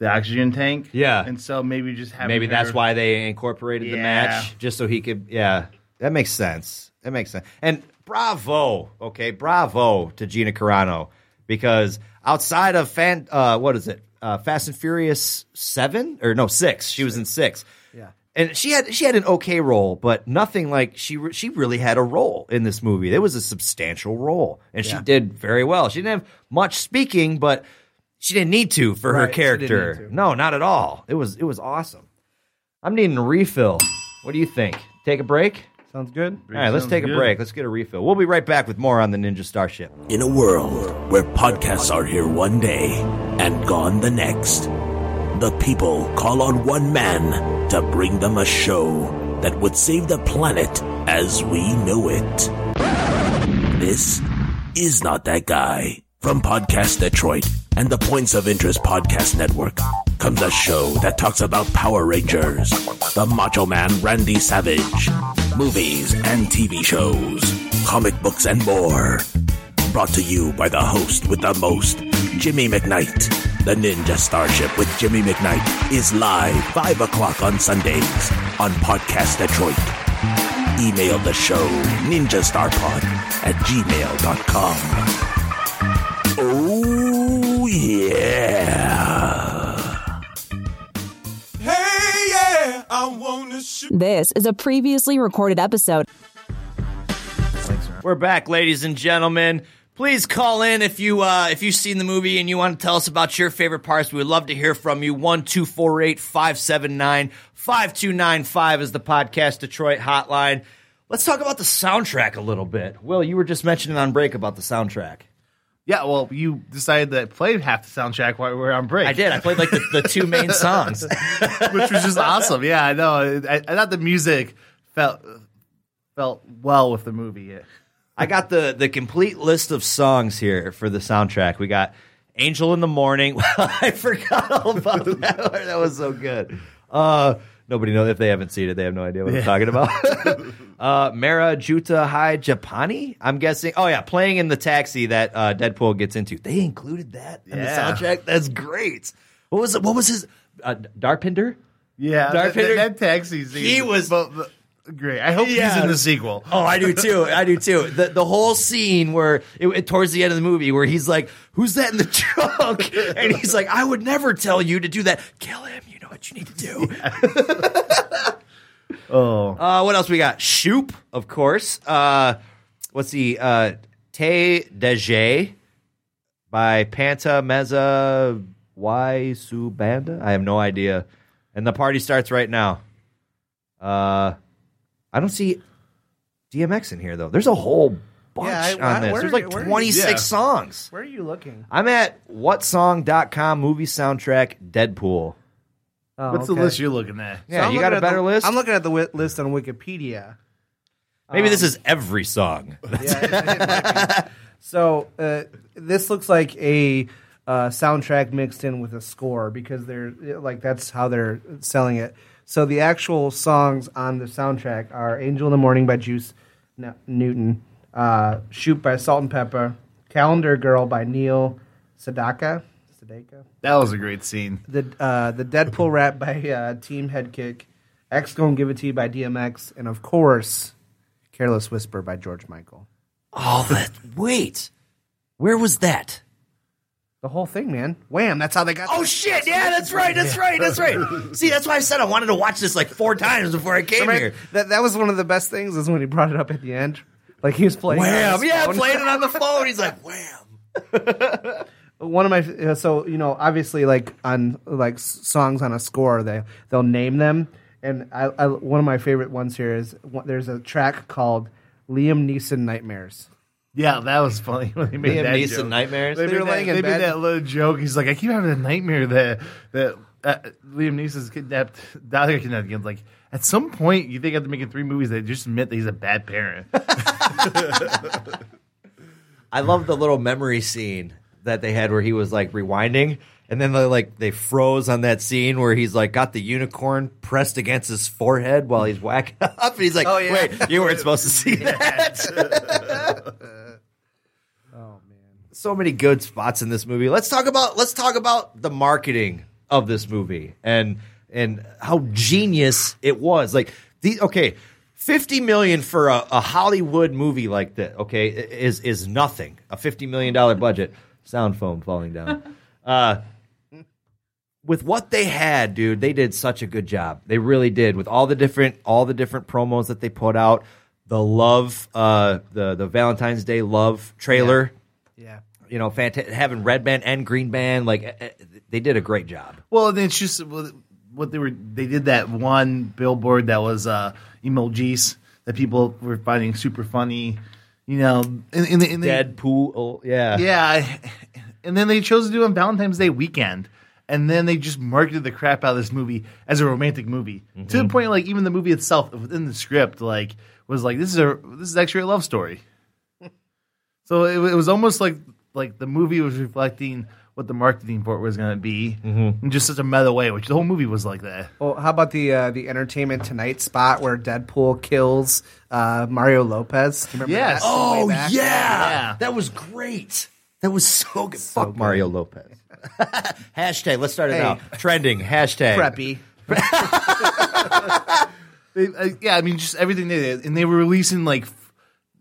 [SPEAKER 12] the oxygen tank.
[SPEAKER 2] Yeah.
[SPEAKER 12] and so maybe just having
[SPEAKER 2] Maybe that's
[SPEAKER 12] her-
[SPEAKER 2] why they incorporated the
[SPEAKER 12] Yeah.
[SPEAKER 2] match just so he could. Yeah, that makes sense. That makes sense. And bravo, okay, bravo to Gina Carano because outside of fan, uh, what is it? Uh, Fast and Furious seven or no six? She was in six.
[SPEAKER 11] Yeah.
[SPEAKER 2] And she had she had an okay role, but nothing like she re- she really had a role in this movie. It was a substantial role, and she did very well. She didn't have much speaking, but she didn't need to for her
[SPEAKER 11] Right, she didn't need
[SPEAKER 2] character. No, not at all. It was it was awesome. I'm needing a refill. What do you think? Take a break?
[SPEAKER 11] sounds good.
[SPEAKER 2] All right, let's
[SPEAKER 12] sounds
[SPEAKER 2] take a
[SPEAKER 12] good.
[SPEAKER 2] break. Let's get a refill. We'll be right back with more on the Ninja Starship.
[SPEAKER 15] In a world where podcasts are here one day and gone the next, the people call on one man to bring them a show that would save the planet as we know it. This is not that guy. From Podcast Detroit and the Points of Interest Podcast Network comes a show that talks about Power Rangers, the Macho Man Randy Savage, movies and TV shows, comic books, and more. Brought to you by the host with the most, Jimmy McKnight. The Ninja Starship with Jimmy McKnight is live 5 o'clock on Sundays on Podcast Detroit email the show ninjastarpod at gmail.com. Oh, yeah.
[SPEAKER 16] Hey, yeah, I wanna shoot.
[SPEAKER 1] This is a previously recorded episode.
[SPEAKER 2] We're back, ladies and gentlemen. Please call in if you uh, if you've seen the movie and you want to tell us about your favorite parts. We would love to hear from you. One two four eight five seven nine five two nine five is the podcast Detroit hotline. Let's talk about the soundtrack a little bit. Will, you were just mentioning on break about the soundtrack.
[SPEAKER 12] Yeah, well, you decided that played half the soundtrack while we were on break.
[SPEAKER 2] I did. I played like the, the two main songs,
[SPEAKER 12] which was just awesome. Yeah, I know. I, I thought the music felt felt well with the movie. Yeah.
[SPEAKER 2] I got the the complete list of songs here for the soundtrack. We got "Angel in the Morning." I forgot all about that. one. That was so good. Uh, nobody knows if they haven't seen it. They have no idea what I'm talking about. uh, Mara Juta High Japani. I'm guessing. Oh yeah, playing in the taxi that uh, Deadpool gets into. They included that in
[SPEAKER 12] Yeah.
[SPEAKER 2] the soundtrack. That's great. What was it? What was his uh, Darpinder?
[SPEAKER 12] Yeah,
[SPEAKER 2] Darth
[SPEAKER 12] that,
[SPEAKER 2] Vader-
[SPEAKER 12] that taxi scene.
[SPEAKER 2] He was-
[SPEAKER 12] but- but- great. I hope he's
[SPEAKER 2] Yeah.
[SPEAKER 12] in the sequel.
[SPEAKER 2] Oh, I do too. I do too. The the whole scene where it, it- towards the end of the movie where he's like, "Who's that in the trunk?" and he's like, "I would never tell you to do that. Kill him. You know what you need to do."
[SPEAKER 12] Oh,
[SPEAKER 2] Uh, what else we got? Shoop, of course. Uh, what's the uh, Te Deje by Panta Meza Y Subanda? I have no idea. And the party starts right now. Uh, I don't see DMX in here though. There's a whole bunch
[SPEAKER 11] I-
[SPEAKER 2] on this.
[SPEAKER 11] where-
[SPEAKER 2] There's like
[SPEAKER 11] where-
[SPEAKER 2] 26
[SPEAKER 11] yeah.
[SPEAKER 2] songs.
[SPEAKER 11] Where are you looking?
[SPEAKER 2] I'm at whatsong.com movie soundtrack Deadpool.
[SPEAKER 11] Oh,
[SPEAKER 12] What's
[SPEAKER 11] okay.
[SPEAKER 12] the list you're looking at?
[SPEAKER 2] Yeah,
[SPEAKER 11] I'm
[SPEAKER 2] you got
[SPEAKER 11] looking
[SPEAKER 2] a
[SPEAKER 11] at the-
[SPEAKER 2] better list?
[SPEAKER 11] I'm looking at the wi- list on Wikipedia.
[SPEAKER 2] Maybe this
[SPEAKER 11] Um,
[SPEAKER 2] is every song.
[SPEAKER 11] So uh, this looks like a uh, soundtrack mixed in with a score because they're like that's how they're selling it. So the actual songs on the soundtrack are "Angel in the Morning" by Juice N- Newton, uh, "Shoot" by Salt and Pepper, "Calendar Girl" by Neil Sedaka, Sedaka,
[SPEAKER 12] That was a great scene.
[SPEAKER 11] the uh, the Deadpool rap by uh, Team Headkick, "X Gonna Give It To You" by DMX, and of course, "Careless Whisper" by George Michael.
[SPEAKER 2] All that. Wait, where was that?
[SPEAKER 11] The whole thing, man. Wham! That's how they got.
[SPEAKER 2] Oh shit! Yeah, that's right. That's right. That's right. See, that's why I said I wanted to watch this like four times before I came
[SPEAKER 11] Remember,
[SPEAKER 2] here.
[SPEAKER 11] that that was one of the best things is when he brought it up at the end. Like he was playing. it on
[SPEAKER 2] Wham!
[SPEAKER 11] his
[SPEAKER 2] Yeah,
[SPEAKER 11] phone.
[SPEAKER 2] playing it on the phone. He's like, wham.
[SPEAKER 11] One of my uh, so you know obviously like on like s- songs on a score they they'll name them and I, I one of my favorite ones here is one- there's a track called Liam Neeson Nightmares.
[SPEAKER 12] Yeah, that was funny when they made
[SPEAKER 2] Liam
[SPEAKER 12] that
[SPEAKER 2] Neeson
[SPEAKER 12] joke.
[SPEAKER 2] nightmares?
[SPEAKER 12] They,
[SPEAKER 11] They were
[SPEAKER 12] made,
[SPEAKER 11] laying
[SPEAKER 12] that,
[SPEAKER 11] in
[SPEAKER 12] they made
[SPEAKER 11] bed.
[SPEAKER 12] that little joke. He's like, I keep having a nightmare that that uh, Liam Neeson's kidnapped, Dahlia kidnapped again. Like at some point, you think after making three movies, they just admit that he's a bad parent.
[SPEAKER 2] I love the little memory scene that they had where he was like rewinding, and then they like they froze on that scene where he's like got the unicorn pressed against his forehead while he's whacking up, and he's like,
[SPEAKER 11] Oh, yeah.
[SPEAKER 2] "Wait, you weren't supposed to see that."
[SPEAKER 11] Oh man.
[SPEAKER 2] so many good spots in this movie. Let's talk about let's talk about the marketing of this movie and and how genius it was. Like the okay, fifty million for a, a Hollywood movie like that. Okay, i- is is nothing. A fifty million dollar budget. Sound foam falling down. Uh, with what they had, dude, they did such a good job. They really did with all the different all the different promos that they put out. The love, uh, the the Valentine's Day love trailer
[SPEAKER 11] Yeah.
[SPEAKER 2] you know, fanta- having Red Band and Green Band, like eh, eh, they did a great job.
[SPEAKER 12] Well, and it's just well, what they were. They did that one billboard that was uh, emojis that people were finding super funny. You know, and, and, and they-
[SPEAKER 2] Deadpool, oh, yeah,
[SPEAKER 12] yeah, and then they chose to do it on Valentine's Day weekend, and then they just marketed the crap out of this movie as a romantic movie to the point like even the movie itself within the script like was like this is a this is actually a love story. So it, wa- it was almost like like the movie was reflecting what the marketing for it was going to be in just such a meta way, which the whole movie was like that.
[SPEAKER 11] Well, how about the uh, the Entertainment Tonight spot where Deadpool kills uh, Mario Lopez? Do you remember
[SPEAKER 12] Yes.
[SPEAKER 11] that from way
[SPEAKER 2] Oh yeah.
[SPEAKER 11] back?
[SPEAKER 2] that was great. That was so good. Fuck Mario Lopez. hashtag. Let's start it
[SPEAKER 11] Hey.
[SPEAKER 2] now. Trending hashtag.
[SPEAKER 11] Preppy.
[SPEAKER 12] They, uh, yeah, I mean, just everything they did, and they were releasing like f-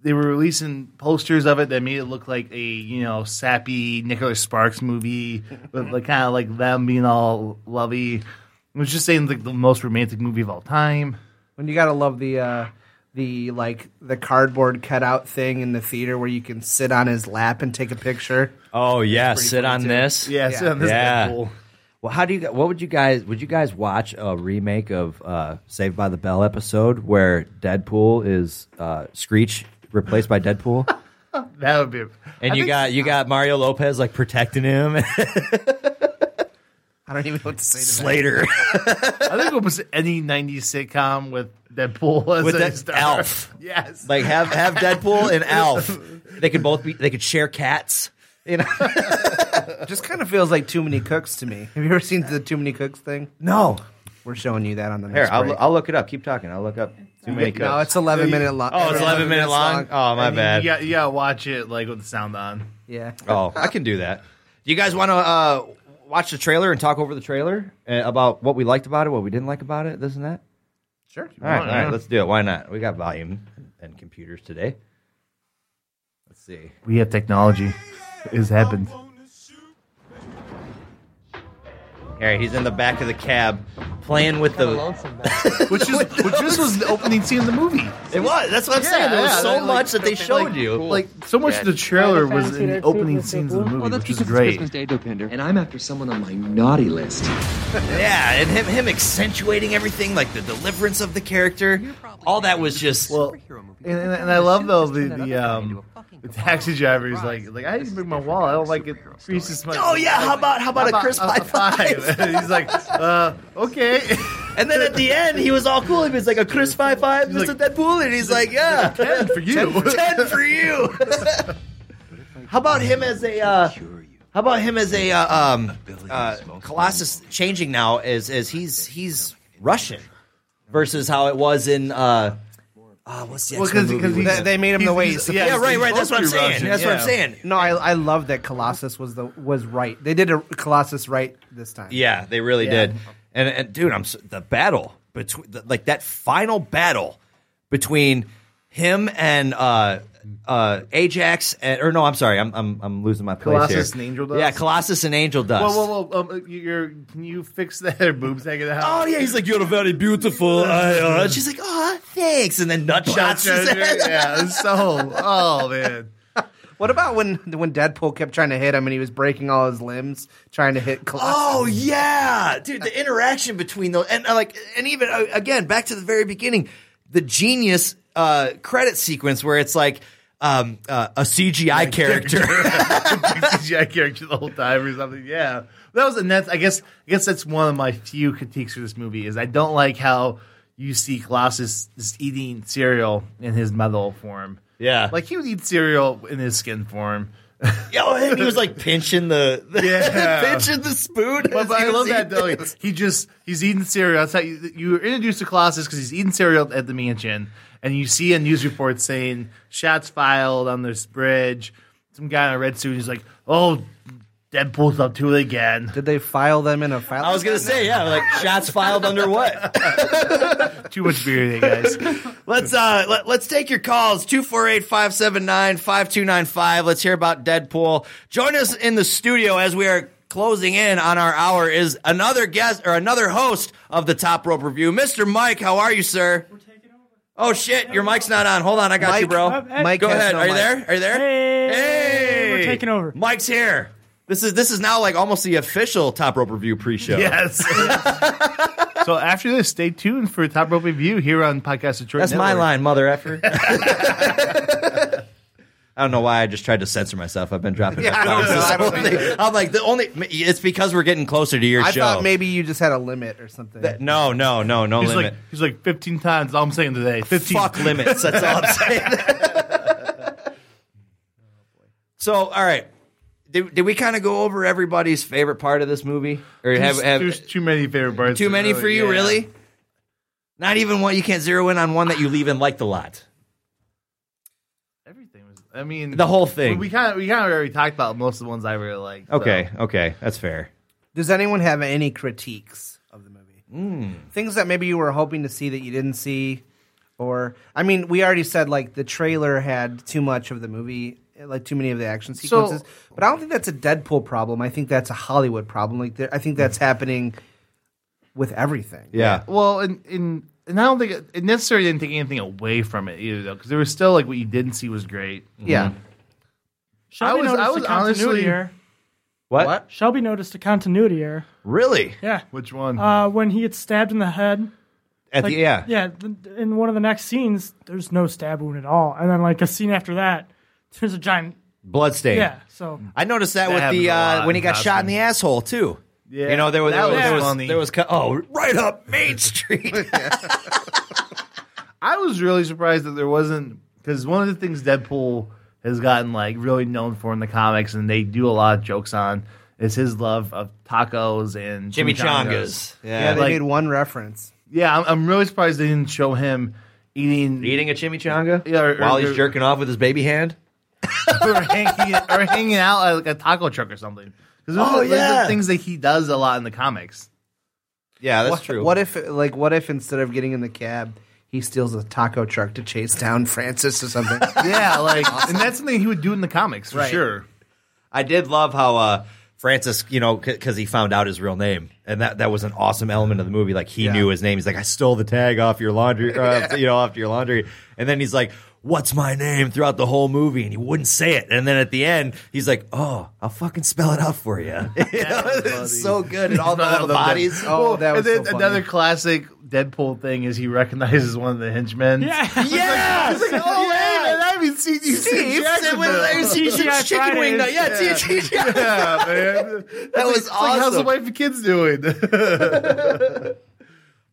[SPEAKER 12] they were releasing posters of it that made it look like a you know sappy Nicholas Sparks movie with like kind of like them being all lovey. It was just saying like the most romantic movie of all time.
[SPEAKER 11] When you gotta love the uh, the like the cardboard cutout thing in the theater where you can sit on his lap and take a picture.
[SPEAKER 2] Oh yeah,
[SPEAKER 11] pretty
[SPEAKER 2] sit
[SPEAKER 11] funny,
[SPEAKER 2] on
[SPEAKER 11] too.
[SPEAKER 2] this.
[SPEAKER 12] Yeah, so this is
[SPEAKER 2] Yeah.
[SPEAKER 12] cool.
[SPEAKER 2] Well, how do you? What would you guys? Would you guys watch a remake of uh, Saved by the Bell episode where Deadpool is uh, Screech replaced by Deadpool?
[SPEAKER 12] that would be.
[SPEAKER 2] And you got you got Mario Lopez like protecting him.
[SPEAKER 11] I don't even know what to say. To
[SPEAKER 2] Slater.
[SPEAKER 12] I think it was any '90s sitcom with Deadpool as
[SPEAKER 2] with
[SPEAKER 12] a
[SPEAKER 2] that
[SPEAKER 12] star.
[SPEAKER 2] Alf.
[SPEAKER 12] Yes.
[SPEAKER 2] Like have have Deadpool and Alf. They could both be. They could share cats. You know.
[SPEAKER 11] Just kind of feels like too many cooks to me. Have you ever seen the too many cooks thing?
[SPEAKER 2] No.
[SPEAKER 11] We're showing you that on the
[SPEAKER 2] Here,
[SPEAKER 11] next
[SPEAKER 2] I'll,
[SPEAKER 11] break.
[SPEAKER 2] I'll look it up. Keep talking. I'll look up too many cooks.
[SPEAKER 11] no, it's 11 minute long.
[SPEAKER 2] Oh, it's 11 minute long. Oh, my
[SPEAKER 12] And you-
[SPEAKER 2] bad.
[SPEAKER 12] You got, you got to watch it like with the sound on.
[SPEAKER 11] Yeah.
[SPEAKER 2] Oh, I can do that. Do you guys want to uh, watch the trailer and talk over the trailer uh, about what we liked about it, what we didn't like about it, this and that?
[SPEAKER 11] Sure.
[SPEAKER 2] All
[SPEAKER 12] Oh,
[SPEAKER 2] right, all right, let's do it. Why not? We got volume and computers today. Let's see.
[SPEAKER 12] We have technology. It's happened.
[SPEAKER 2] All right, he's in the back of the cab playing with the.
[SPEAKER 12] which is which this was the opening scene of the movie.
[SPEAKER 2] It was. That's what I'm saying. There was
[SPEAKER 12] yeah,
[SPEAKER 2] so
[SPEAKER 12] like-
[SPEAKER 2] much that they showed you.
[SPEAKER 12] Like so much of the trailer was in the opening scenes of the movie, which is great.
[SPEAKER 17] Day Dopinder, and I'm after someone on my naughty list.
[SPEAKER 2] yeah, and him him accentuating everything, like the deliverance of the character, all that was just
[SPEAKER 12] Well, and, and, and I love though the the, um, the taxi driver is like like I didn't bring my wallet. I don't like it. Reese's my.
[SPEAKER 2] Oh yeah, how about how about a crisp high five?
[SPEAKER 12] He's like, uh, okay.
[SPEAKER 2] and then at the end, he was all cool. He was like a crisp high five,
[SPEAKER 12] He's
[SPEAKER 2] Mr. Deadpool, and he's like, yeah,
[SPEAKER 12] Ten for you.
[SPEAKER 2] ten for you. how about him as a uh, how about him as a uh, um, uh, Colossus changing now as as he's he's Russian versus how it was in. Uh, uh, what's the
[SPEAKER 12] Well,
[SPEAKER 2] X-Men
[SPEAKER 12] 'cause-
[SPEAKER 2] movie
[SPEAKER 12] 'cause
[SPEAKER 2] with-
[SPEAKER 11] They, they made him the way he's supposed
[SPEAKER 2] yeah,
[SPEAKER 12] he's
[SPEAKER 2] right, right. That's
[SPEAKER 12] supposed
[SPEAKER 2] what I'm
[SPEAKER 12] to be
[SPEAKER 2] saying.
[SPEAKER 12] Russian,
[SPEAKER 2] That's what I'm
[SPEAKER 12] yeah.
[SPEAKER 2] saying.
[SPEAKER 11] No, I, I love that Colossus was the was right. They did a Colossus right this time.
[SPEAKER 2] Yeah, they really
[SPEAKER 11] Yeah.
[SPEAKER 2] did. And and dude, I'm s- the battle between the, like that final battle between him and uh uh Ajax and, or no, I'm sorry, I'm I'm, I'm losing my place
[SPEAKER 12] Colossus
[SPEAKER 2] here.
[SPEAKER 12] and Angel Dust?
[SPEAKER 2] Yeah, Colossus and Angel Dust.
[SPEAKER 12] Whoa, whoa, whoa! Um, you're, can you fix that or boobs hanging out?
[SPEAKER 2] Oh yeah, he's like you're very beautiful. I, uh," she's like, oh thanks, and then nut shots. his head.
[SPEAKER 12] yeah, so oh man.
[SPEAKER 11] What about when when Deadpool kept trying to hit him and he was breaking all his limbs trying to hit Colossus?
[SPEAKER 2] Oh yeah, dude, the interaction between those and uh, like and even uh, again back to the very beginning, the genius uh, credit sequence where it's like um, uh, a CGI character.
[SPEAKER 12] CGI character the whole time or something. Yeah, that was and that's I guess I guess that's one of my few critiques for this movie is I don't like how you see Colossus is eating cereal in his metal form.
[SPEAKER 2] Yeah.
[SPEAKER 12] like he would eat cereal in his skin form.
[SPEAKER 2] Yo, and he was like pinching the, the-
[SPEAKER 12] Yeah.
[SPEAKER 2] pinching the spoon.
[SPEAKER 12] But,
[SPEAKER 2] as
[SPEAKER 12] but
[SPEAKER 2] he
[SPEAKER 12] I
[SPEAKER 2] was
[SPEAKER 12] love that
[SPEAKER 2] eating
[SPEAKER 12] though.
[SPEAKER 2] it.
[SPEAKER 12] He just he's eating cereal. That's how you, you were introduced to Colossus because he's eating cereal at the mansion, and you see a news report saying shots filed on this bridge. Some guy in a red suit. He's like, "Oh, Deadpool's up to it again.
[SPEAKER 11] Did they file them in a file?
[SPEAKER 2] I was gonna say, yeah, like shots filed under what?
[SPEAKER 12] Too much beer today, guys."
[SPEAKER 2] Let's uh let, let's take your calls 248-579-5295. Let's hear about Deadpool. Join us in the studio as we are closing in on our hour is another guest or another host of the Top Rope Review. Mr. Mike, how are you, sir? Oh shit, your mic's not on. Hold on, I got you, bro.
[SPEAKER 11] Mike
[SPEAKER 2] Oh, Go
[SPEAKER 11] has
[SPEAKER 2] ahead.
[SPEAKER 11] no
[SPEAKER 2] are you
[SPEAKER 11] mic.
[SPEAKER 2] there? Are you there? Hey,
[SPEAKER 18] we're taking over.
[SPEAKER 2] Mike's here. This is this is now like almost the official Top Rope Review pre-show.
[SPEAKER 12] Yes. so after this, stay tuned for Top Rope Review here on Podcast Detroit.
[SPEAKER 2] That's my
[SPEAKER 12] Network.
[SPEAKER 2] line, mother effer. I don't know why I just tried to censor myself. I've been dropping.
[SPEAKER 11] Yeah, I don't
[SPEAKER 2] F-bombs
[SPEAKER 11] know.
[SPEAKER 2] this
[SPEAKER 11] I don't
[SPEAKER 2] whole thing. I'm like the only. It's because we're getting closer to your
[SPEAKER 11] I
[SPEAKER 2] show.
[SPEAKER 11] thought maybe you just had a limit or something.
[SPEAKER 2] no, no, no, no
[SPEAKER 12] He's
[SPEAKER 2] limit.
[SPEAKER 12] like he's like 15 times. All I'm saying today, 15.
[SPEAKER 2] Fuck limits. That's all I'm saying.
[SPEAKER 11] Oh,
[SPEAKER 2] so, all right. Did, did we kind of go over everybody's favorite part of this movie, or have,
[SPEAKER 12] There's,
[SPEAKER 2] have
[SPEAKER 12] there's too many favorite parts.
[SPEAKER 2] too many for you?
[SPEAKER 12] yeah.
[SPEAKER 2] Really? Not even one. You can't zero in on one that you leave and liked a lot.
[SPEAKER 12] Everything was. I mean,
[SPEAKER 2] The whole thing.
[SPEAKER 12] We kind of we kind of already talked about most of the ones I really like. so.
[SPEAKER 2] Okay, okay, that's fair.
[SPEAKER 11] Does anyone have any critiques of the movie? Things that maybe you were hoping to see that you didn't see, or I mean, we already said like the trailer had too much of the movie, like too many of the action sequences. but I don't think that's a Deadpool problem. I think that's a Hollywood problem. Like there- I think that's happening with everything.
[SPEAKER 2] Yeah.
[SPEAKER 12] Well, and and and I don't think it, it necessarily didn't take anything away from it either, though, because there was still like what you didn't see was great.
[SPEAKER 11] Yeah.
[SPEAKER 12] I
[SPEAKER 18] Shelby
[SPEAKER 12] was-
[SPEAKER 18] noticed
[SPEAKER 12] I was
[SPEAKER 18] a continuity
[SPEAKER 12] honestly-
[SPEAKER 18] error.
[SPEAKER 2] What?
[SPEAKER 18] Shelby noticed a continuity error.
[SPEAKER 2] Really?
[SPEAKER 18] Yeah.
[SPEAKER 12] Which one?
[SPEAKER 18] Uh, when he gets stabbed in the head.
[SPEAKER 2] At
[SPEAKER 18] like,
[SPEAKER 2] the yeah.
[SPEAKER 18] Yeah. th- in one of the next scenes, there's no stab wound at all, and then like a scene after that,
[SPEAKER 19] There's a giant
[SPEAKER 2] blood stain.
[SPEAKER 19] Yeah, so
[SPEAKER 2] I noticed that,
[SPEAKER 19] That
[SPEAKER 2] with
[SPEAKER 19] happens
[SPEAKER 2] the
[SPEAKER 19] a
[SPEAKER 2] uh,
[SPEAKER 19] lot
[SPEAKER 2] when he
[SPEAKER 19] in
[SPEAKER 2] got shot in the
[SPEAKER 19] Cosby.
[SPEAKER 2] asshole too.
[SPEAKER 12] Yeah,
[SPEAKER 2] you know there was
[SPEAKER 12] that
[SPEAKER 2] there was,
[SPEAKER 12] was
[SPEAKER 2] there was,
[SPEAKER 12] funny.
[SPEAKER 2] there was co- oh right up Main Street.
[SPEAKER 12] I was really surprised that there wasn't because one of the things Deadpool has gotten like really known for in the comics, and they do a lot of jokes on, is his love of tacos and chimichangas.
[SPEAKER 11] Yeah, they
[SPEAKER 12] like,
[SPEAKER 11] made one reference.
[SPEAKER 12] yeah, I'm, I'm really surprised they didn't show him eating
[SPEAKER 2] eating a chimichanga
[SPEAKER 12] yeah, or,
[SPEAKER 2] while
[SPEAKER 12] or-
[SPEAKER 2] he's jerking off with his baby hand.
[SPEAKER 12] or, hanging, or hanging out at like a taco truck or something. Because
[SPEAKER 2] Oh, yeah.
[SPEAKER 12] the things that he does a lot in the comics.
[SPEAKER 2] Yeah,
[SPEAKER 11] what, What if, like, what if instead of getting in the cab, he steals a taco truck to chase down Francis or something?
[SPEAKER 12] yeah, like, and that's something he would do in the comics for
[SPEAKER 11] Right.
[SPEAKER 12] sure.
[SPEAKER 2] I did love how uh, Francis, you know, because he found out his real name, and that that was an awesome element of the movie. Like he knew his name. He's like, I stole the tag off your laundry, or, uh, you know, off your laundry, and then he's like. What's my name throughout the whole movie? And he wouldn't say it. And then at the end, he's like, Oh, I'll fucking spell it out for you. it's so good. And all the, all the bodies.
[SPEAKER 12] Oh,
[SPEAKER 11] that was
[SPEAKER 12] and then
[SPEAKER 11] so funny.
[SPEAKER 12] another classic Deadpool thing is he recognizes one of the henchmen. Yeah,
[SPEAKER 2] Yes!
[SPEAKER 12] He's like, oh,
[SPEAKER 2] Yeah!
[SPEAKER 12] hey, man, I haven't seen you
[SPEAKER 2] Steve
[SPEAKER 12] since
[SPEAKER 2] said when I was eating
[SPEAKER 12] Jacksonville."
[SPEAKER 2] chicken Fridays. wing night. Yeah, it's eating chicken-
[SPEAKER 12] Yeah, man.
[SPEAKER 2] That was
[SPEAKER 12] It's like, how's the
[SPEAKER 2] awesome.
[SPEAKER 12] wife and kids doing?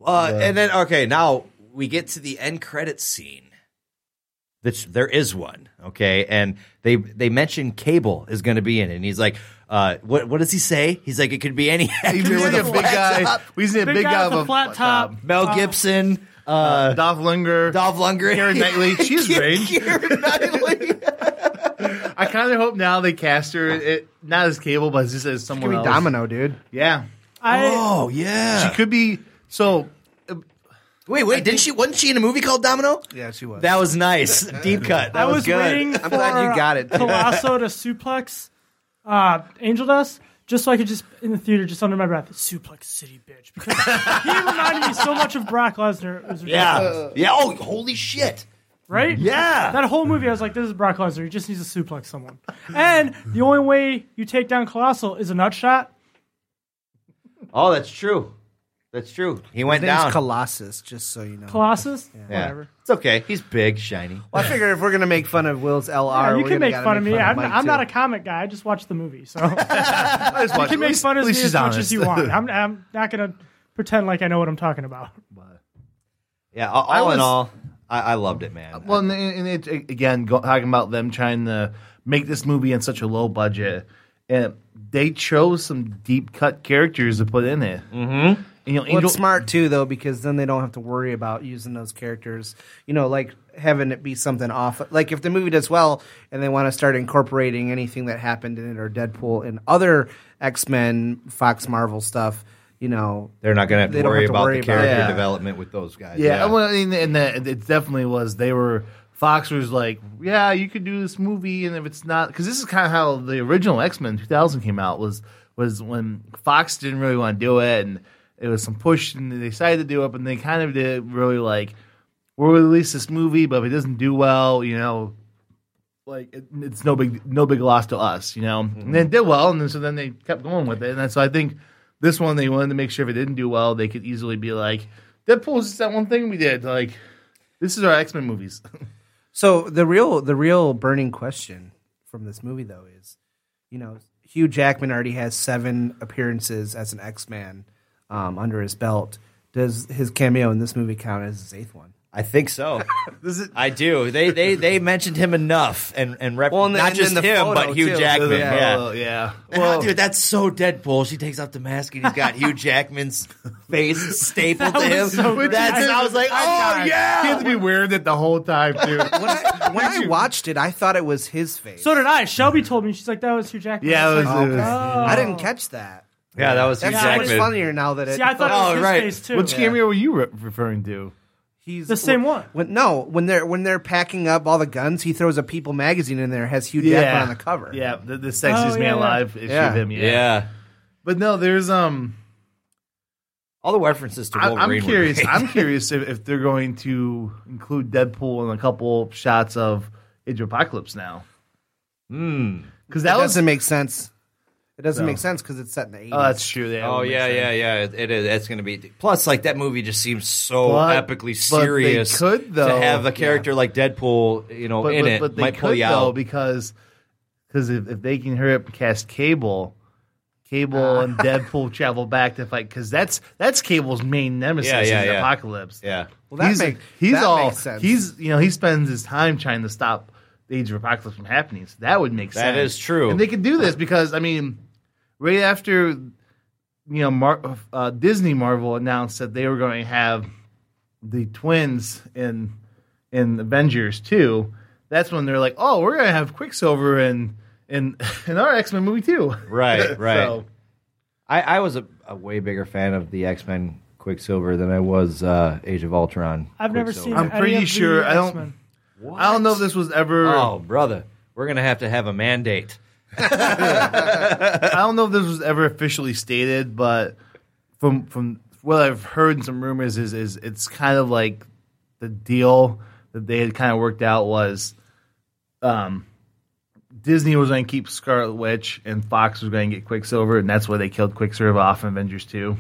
[SPEAKER 2] Uh, And then, okay, now we get to the end credit scene. That there is one, okay, and they they mention Cable is going to be in, it. and he's like, uh, "What what does he say?" He's like, "It could be any
[SPEAKER 12] we
[SPEAKER 2] actor
[SPEAKER 12] need
[SPEAKER 2] with
[SPEAKER 12] a big guy. Oh. We need a
[SPEAKER 19] Big
[SPEAKER 12] big
[SPEAKER 19] guy
[SPEAKER 12] guy
[SPEAKER 19] with a flat top.
[SPEAKER 2] Mel
[SPEAKER 19] Uh,
[SPEAKER 2] Gibson, uh,
[SPEAKER 12] Dolph Lundgren,
[SPEAKER 2] Dolph Lundgren,
[SPEAKER 12] Karen Knightley. She's great. I kind of hope now they cast her it, not as Cable, but just as someone
[SPEAKER 11] Could be
[SPEAKER 12] else.
[SPEAKER 11] Domino, dude.
[SPEAKER 12] Yeah,
[SPEAKER 19] I
[SPEAKER 2] Oh yeah.
[SPEAKER 12] she could be. So
[SPEAKER 2] wait, wait, didn't she? Wasn't she in a movie called Domino?
[SPEAKER 11] Yeah, she was.
[SPEAKER 2] That was nice. Deep cut. That
[SPEAKER 19] I was,
[SPEAKER 2] good.
[SPEAKER 19] waiting.
[SPEAKER 11] I'm glad you
[SPEAKER 19] for
[SPEAKER 11] got it, too.
[SPEAKER 19] Colosso to suplex uh, Angel Dust, just so I could just in the theater, just under my breath, suplex City bitch. Because he reminded me so much of Brock Lesnar. It was
[SPEAKER 2] Yeah,
[SPEAKER 19] ridiculous.
[SPEAKER 2] yeah. Oh, holy shit!
[SPEAKER 19] right?
[SPEAKER 2] Yeah.
[SPEAKER 19] That whole movie, I was like, this is Brock Lesnar. He just needs to suplex someone. And the only way you take down Colossal is a nut shot.
[SPEAKER 2] Oh, that's true. That's true. He went
[SPEAKER 11] His name's
[SPEAKER 2] down.
[SPEAKER 11] Colossus, just so you know.
[SPEAKER 19] Colossus.
[SPEAKER 2] yeah.
[SPEAKER 19] Whatever.
[SPEAKER 2] It's okay. He's big, shiny.
[SPEAKER 11] Well, I figure if we're gonna make fun of Will's LR,
[SPEAKER 19] Yeah, you
[SPEAKER 11] we're
[SPEAKER 19] can
[SPEAKER 11] gonna
[SPEAKER 19] make
[SPEAKER 11] gotta
[SPEAKER 19] fun of me. I'm,
[SPEAKER 11] Mike,
[SPEAKER 19] I'm
[SPEAKER 11] too.
[SPEAKER 19] not a comic guy. I just watch the movie. So
[SPEAKER 12] I just
[SPEAKER 19] you
[SPEAKER 12] watched it.
[SPEAKER 19] can make
[SPEAKER 12] At
[SPEAKER 19] fun of me
[SPEAKER 12] least
[SPEAKER 19] as
[SPEAKER 12] she's
[SPEAKER 19] much
[SPEAKER 12] honest.
[SPEAKER 19] as you want. I'm, I'm not going to pretend like I know what I'm talking about.
[SPEAKER 2] Yeah, all,
[SPEAKER 12] I
[SPEAKER 2] all in
[SPEAKER 12] was-
[SPEAKER 2] all, I, I loved it, man.
[SPEAKER 12] Well, and, and it, again, go, talking about them trying to make this movie in such a low budget, and they chose some deep cut characters to put in it. Mm-hmm. You know,
[SPEAKER 11] Well,
[SPEAKER 12] Angel,
[SPEAKER 11] it's smart too, though, because then they don't have to worry about using those characters. You know, like having it be something off. Like if the movie does well and they want to start incorporating anything that happened in it or Deadpool and other X Men, Fox, Marvel stuff. You know,
[SPEAKER 2] They're not going to
[SPEAKER 11] They
[SPEAKER 2] have to
[SPEAKER 11] don't
[SPEAKER 2] worry
[SPEAKER 11] have to
[SPEAKER 2] about the
[SPEAKER 11] worry about
[SPEAKER 2] character
[SPEAKER 12] it. Yeah.
[SPEAKER 2] development with those guys.
[SPEAKER 12] yeah, Well, I mean, and that, it definitely was. They were Fox was like, yeah, you could do this movie, and if it's not, because this is kind of how the original X Men 2000 came out was was when Fox didn't really want to do it, and it was some push, and they decided to do it, but they kind of did really like. We'll release this movie, but if it doesn't do well, you know, like it, it's no big no big loss to us, you know. And
[SPEAKER 11] Mm-hmm.
[SPEAKER 12] it did well, and then, so then they kept going with it, and then, so I think this one they wanted to make sure if it didn't do well, they could easily be like, Deadpool's just that one thing we did. Like, this is our X Men movies.
[SPEAKER 11] So the real the real burning question from this movie though is, you know, Hugh Jackman already has seven appearances as an X Man um, under his belt. Does his cameo in this movie count as his eighth one?
[SPEAKER 2] I think so. I do. They they they mentioned him enough and and rep-
[SPEAKER 11] Well, and the-
[SPEAKER 2] not
[SPEAKER 11] and
[SPEAKER 2] just
[SPEAKER 11] then the
[SPEAKER 2] him,
[SPEAKER 11] photo,
[SPEAKER 2] but Hugh
[SPEAKER 11] too.
[SPEAKER 2] Jackman.
[SPEAKER 11] Yeah.
[SPEAKER 2] Yeah.
[SPEAKER 12] Oh, yeah.
[SPEAKER 2] And, oh, dude, that's so Deadpool. She takes off the mask and he's got Hugh Jackman's face stapled to him. that's, I was like, oh yeah.
[SPEAKER 12] He had to be wearing it the whole time too.
[SPEAKER 11] When I, when I watched it, I thought it was his face.
[SPEAKER 19] So did I. Shelby told me. She's like, that was Hugh Jackman.
[SPEAKER 12] Yeah,
[SPEAKER 19] I
[SPEAKER 12] it
[SPEAKER 19] like,
[SPEAKER 12] was- it was-
[SPEAKER 19] oh.
[SPEAKER 11] I didn't catch that.
[SPEAKER 2] Yeah, that was Hugh
[SPEAKER 11] That's so much
[SPEAKER 2] Jackman.
[SPEAKER 11] funnier now that it.
[SPEAKER 19] See, I thought it was
[SPEAKER 2] Oh,
[SPEAKER 19] his
[SPEAKER 2] right.
[SPEAKER 19] face, too.
[SPEAKER 12] Which
[SPEAKER 19] Yeah.
[SPEAKER 12] cameo were you re- referring to?
[SPEAKER 11] he's
[SPEAKER 19] The same one.
[SPEAKER 11] When, no, when they're when they're packing up all the guns, he throws a People magazine in there. Has Hugh Jackman on the cover.
[SPEAKER 12] Yeah, the, the sexiest
[SPEAKER 19] Oh, yeah,
[SPEAKER 12] man
[SPEAKER 19] yeah.
[SPEAKER 12] alive issue
[SPEAKER 11] Yeah.
[SPEAKER 12] of him. Yeah.
[SPEAKER 2] yeah.
[SPEAKER 12] but no, there's um.
[SPEAKER 2] All the references to
[SPEAKER 12] I-
[SPEAKER 2] Wolverine.
[SPEAKER 12] I'm
[SPEAKER 2] were
[SPEAKER 12] curious.
[SPEAKER 2] great.
[SPEAKER 12] I'm curious if, if they're going to include Deadpool in a couple shots of Age of Apocalypse now.
[SPEAKER 2] Hmm.
[SPEAKER 12] Because
[SPEAKER 11] that
[SPEAKER 12] that was uh,
[SPEAKER 11] doesn't make sense. It doesn't
[SPEAKER 2] No.
[SPEAKER 11] make sense because it's set in the 80s.
[SPEAKER 2] Oh,
[SPEAKER 19] Uh,
[SPEAKER 2] that's true.
[SPEAKER 11] That
[SPEAKER 2] oh
[SPEAKER 11] would make
[SPEAKER 2] yeah,
[SPEAKER 11] sense.
[SPEAKER 2] yeah, yeah. It, it is. That's gonna be. Plus, like that movie just seems so
[SPEAKER 12] But-
[SPEAKER 2] epically
[SPEAKER 12] but they
[SPEAKER 2] serious.
[SPEAKER 12] could, though.
[SPEAKER 2] to have a character like Deadpool, you know, in it
[SPEAKER 12] they
[SPEAKER 2] might pull
[SPEAKER 12] could,
[SPEAKER 2] you
[SPEAKER 12] though,
[SPEAKER 2] out.
[SPEAKER 12] because because if, if they can hurry up and cast Cable, Cable
[SPEAKER 11] Ah.
[SPEAKER 12] and Deadpool travel back to fight because that's that's Cable's main nemesis
[SPEAKER 2] Yeah, yeah,
[SPEAKER 12] is
[SPEAKER 2] yeah.
[SPEAKER 12] Apocalypse.
[SPEAKER 2] Yeah.
[SPEAKER 12] Well,
[SPEAKER 11] Well, that
[SPEAKER 12] he's
[SPEAKER 11] make-
[SPEAKER 12] he's
[SPEAKER 11] that
[SPEAKER 12] all
[SPEAKER 11] makes sense.
[SPEAKER 12] he's you know he spends his time trying to stop the Age of Apocalypse from happening. So that would make sense.
[SPEAKER 2] That is true.
[SPEAKER 12] and they could do this because I mean, right after you know Mar- uh, Disney Marvel announced that they were going to have the twins in in Avengers two. That's when they're like, oh, we're gonna have Quicksilver in in in our X Men movie too.
[SPEAKER 20] Right, right.
[SPEAKER 12] So-
[SPEAKER 20] I, I was a, a way bigger fan of the X Men Quicksilver than I was uh, Age of Ultron.
[SPEAKER 21] I've never
[SPEAKER 20] Quicksilver.
[SPEAKER 21] seen.
[SPEAKER 12] I'm
[SPEAKER 21] any
[SPEAKER 12] pretty
[SPEAKER 21] of the
[SPEAKER 12] sure- I don't-
[SPEAKER 21] X-Men.
[SPEAKER 12] I don't know if this was ever.
[SPEAKER 20] Oh, brother, we're gonna have to have a mandate.
[SPEAKER 12] I don't know if this was ever officially stated, but from from what I've heard and some rumors is is it's kind of like the deal that they had kind of worked out was um Disney was going to keep Scarlet Witch and Fox was going to get Quicksilver and that's why they killed Quicksilver off in Avengers 2.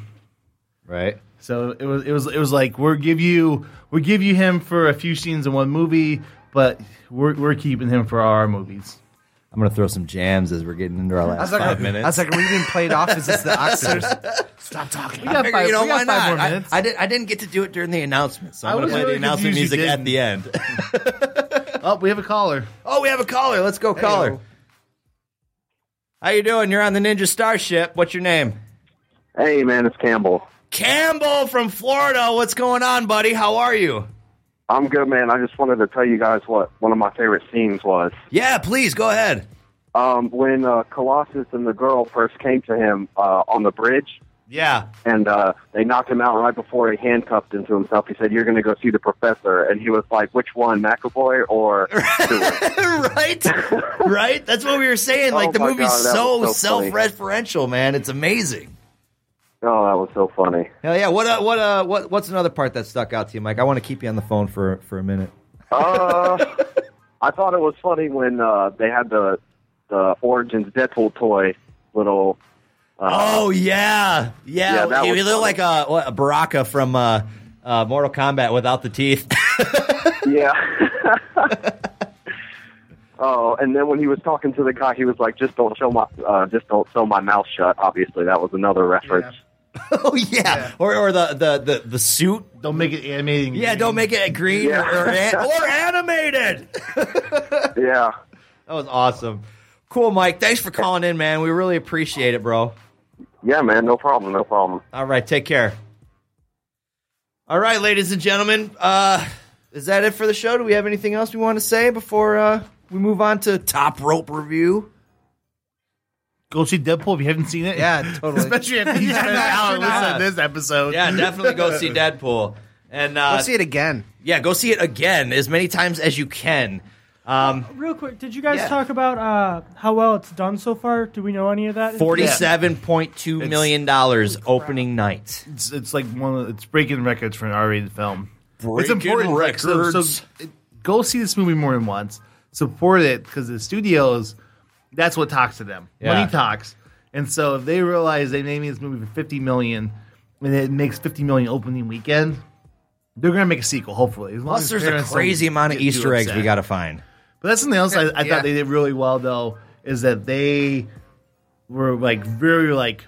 [SPEAKER 20] Right.
[SPEAKER 12] So it was it was it was like we'll give you we'll give you him for a few scenes in one movie, but we're we're keeping him for our movies.
[SPEAKER 20] I'm gonna throw some jams as we're getting into our
[SPEAKER 11] I was
[SPEAKER 20] last
[SPEAKER 11] like,
[SPEAKER 20] five
[SPEAKER 11] I
[SPEAKER 20] minutes.
[SPEAKER 11] was like, are we being played off? Is this the Oxers? Stop talking.
[SPEAKER 12] We got
[SPEAKER 2] Figure, you know
[SPEAKER 12] we
[SPEAKER 2] why
[SPEAKER 12] got five
[SPEAKER 2] not?
[SPEAKER 12] more
[SPEAKER 2] I,
[SPEAKER 12] minutes.
[SPEAKER 2] I did. I didn't get to do it during the announcement, so
[SPEAKER 12] I
[SPEAKER 2] I'm gonna
[SPEAKER 12] was
[SPEAKER 2] play
[SPEAKER 12] really
[SPEAKER 2] the announcement
[SPEAKER 12] confused you
[SPEAKER 2] music at the end.
[SPEAKER 12] oh, we have a caller.
[SPEAKER 2] oh, we have a caller. Let's go, caller. How you doing? You're on the Ninja Starship. What's your name?
[SPEAKER 22] Hey, man, it's Campbell.
[SPEAKER 2] Campbell from Florida. What's going on, buddy? How are you?
[SPEAKER 22] I'm good, man. I just wanted to tell you guys what one of my favorite scenes was.
[SPEAKER 2] Yeah, please go ahead.
[SPEAKER 22] Um, when uh, Colossus and the girl first came to him uh, on the bridge,
[SPEAKER 2] Yeah.
[SPEAKER 22] and uh, they knocked him out right before he handcuffed him to himself. He said, "You're going to go see the professor," and he was like, "Which one, McAvoy or?"
[SPEAKER 2] right? right? That's what we were saying. Like
[SPEAKER 22] Oh
[SPEAKER 2] the
[SPEAKER 22] my
[SPEAKER 2] movie's
[SPEAKER 22] God, that
[SPEAKER 2] so,
[SPEAKER 22] was so funny.
[SPEAKER 2] self-referential, man. It's amazing.
[SPEAKER 22] oh, that was so funny.
[SPEAKER 20] Hell yeah! What uh, what uh, what what's another part that stuck out to you, Mike? I want to keep you on the phone for for a minute.
[SPEAKER 22] Uh, I thought it was funny when uh, they had the the Origins Deadpool toy little. Uh,
[SPEAKER 2] Oh yeah,
[SPEAKER 22] Yeah,
[SPEAKER 2] yeah.
[SPEAKER 22] that
[SPEAKER 2] you
[SPEAKER 22] was
[SPEAKER 2] look
[SPEAKER 22] funny.
[SPEAKER 2] like a, what, a Baraka from uh, uh, Mortal Kombat without the teeth.
[SPEAKER 22] Yeah. oh, and then when he was talking to the guy, he was like, "Just don't show my, uh, just don't sew my mouth shut." Obviously, that was another reference.
[SPEAKER 2] oh yeah. Or or the, the the the suit.
[SPEAKER 12] Don't make it animating.
[SPEAKER 2] Yeah, don't make it green
[SPEAKER 22] Yeah.
[SPEAKER 2] or, or, an- or animated.
[SPEAKER 22] Yeah.
[SPEAKER 2] That was awesome. Cool, Mike. Thanks for calling in, man. We really appreciate it, bro.
[SPEAKER 22] yeah, man, no problem, no problem.
[SPEAKER 2] All right, take care. All right, ladies and gentlemen, uh, is that it for the show? Do we have anything else we want to say before uh, we move on to top rope review?
[SPEAKER 12] Go see Deadpool if you haven't seen it.
[SPEAKER 11] Yeah, totally.
[SPEAKER 12] Especially after you spent an hour listening to this episode.
[SPEAKER 2] Yeah, definitely go see Deadpool, and uh,
[SPEAKER 11] Let's see it again.
[SPEAKER 2] yeah, go see it again as many times as you can. Um,
[SPEAKER 21] Real quick, did you guys
[SPEAKER 2] Yeah.
[SPEAKER 21] talk about uh, how well it's done so far? Do we know any of that?
[SPEAKER 2] Forty-seven point two million dollars opening night.
[SPEAKER 12] It's, it's like one of it's breaking records for an R-rated film. it's
[SPEAKER 2] Breaking
[SPEAKER 12] important So, so
[SPEAKER 2] records.
[SPEAKER 12] it- go see this movie more than once. Support it because the studios, that's what talks to them.
[SPEAKER 2] Yeah.
[SPEAKER 12] Money talks, and so if they realize they made this movie for fifty million, and it makes fifty million opening weekend, they're gonna make a sequel. Hopefully, as long
[SPEAKER 2] Plus,
[SPEAKER 12] as
[SPEAKER 2] there's a
[SPEAKER 12] parents don't
[SPEAKER 2] crazy amount of
[SPEAKER 12] get too
[SPEAKER 2] Easter eggs we
[SPEAKER 12] upset.
[SPEAKER 2] got to find.
[SPEAKER 12] But that's something else I, I
[SPEAKER 2] Yeah.
[SPEAKER 12] thought they did really well though is that they were like very like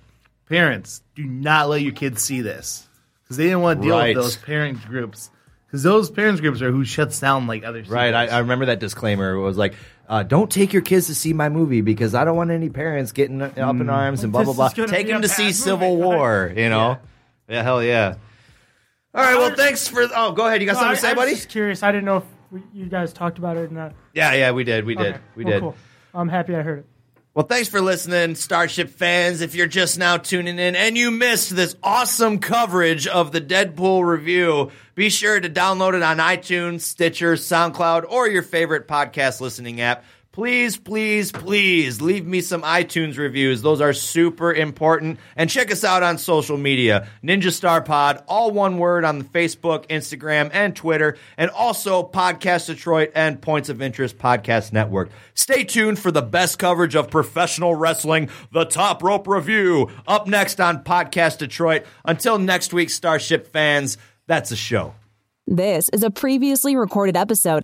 [SPEAKER 12] parents do not let your kids see this because they didn't want to deal
[SPEAKER 2] Right.
[SPEAKER 12] with those parent groups because those parents groups are who shuts down like other
[SPEAKER 20] Right. I,
[SPEAKER 12] studios.
[SPEAKER 20] I remember that disclaimer was like, uh, "Don't take your kids to see my movie because I don't want any parents getting up in arms and blah blah
[SPEAKER 21] Mm. This
[SPEAKER 20] blah."
[SPEAKER 21] is gonna
[SPEAKER 20] Take
[SPEAKER 21] be
[SPEAKER 20] them
[SPEAKER 21] a
[SPEAKER 20] to
[SPEAKER 21] bad
[SPEAKER 20] see
[SPEAKER 21] movie,
[SPEAKER 20] Civil
[SPEAKER 21] right?
[SPEAKER 20] War. You know. Yeah. Hell yeah. All right. Well, thanks for. Oh, go ahead. You got
[SPEAKER 21] No, I,
[SPEAKER 20] something to say,
[SPEAKER 21] I was
[SPEAKER 20] buddy?
[SPEAKER 21] just curious. I didn't know if we, you guys talked about it or not.
[SPEAKER 20] Yeah. Yeah. We did. We did.
[SPEAKER 21] Okay,
[SPEAKER 20] We
[SPEAKER 21] well,
[SPEAKER 20] did.
[SPEAKER 21] Cool. I'm happy I heard it.
[SPEAKER 2] Well, thanks for listening, Starship fans. If you're just now tuning in and you missed this awesome coverage of the Deadpool review, be sure to download it on iTunes, Stitcher, SoundCloud, or your favorite podcast listening app. Please, please, please leave me some iTunes reviews. Those are super important. And check us out on social media Ninja Star Pod, all one word on the Facebook, Instagram, and Twitter, and also Podcast Detroit and Points of Interest Podcast Network. Stay tuned for the best coverage of professional wrestling, the Top Rope Review, up next on Podcast Detroit. Until next week, Starship fans, that's a show.
[SPEAKER 1] This is a previously recorded episode.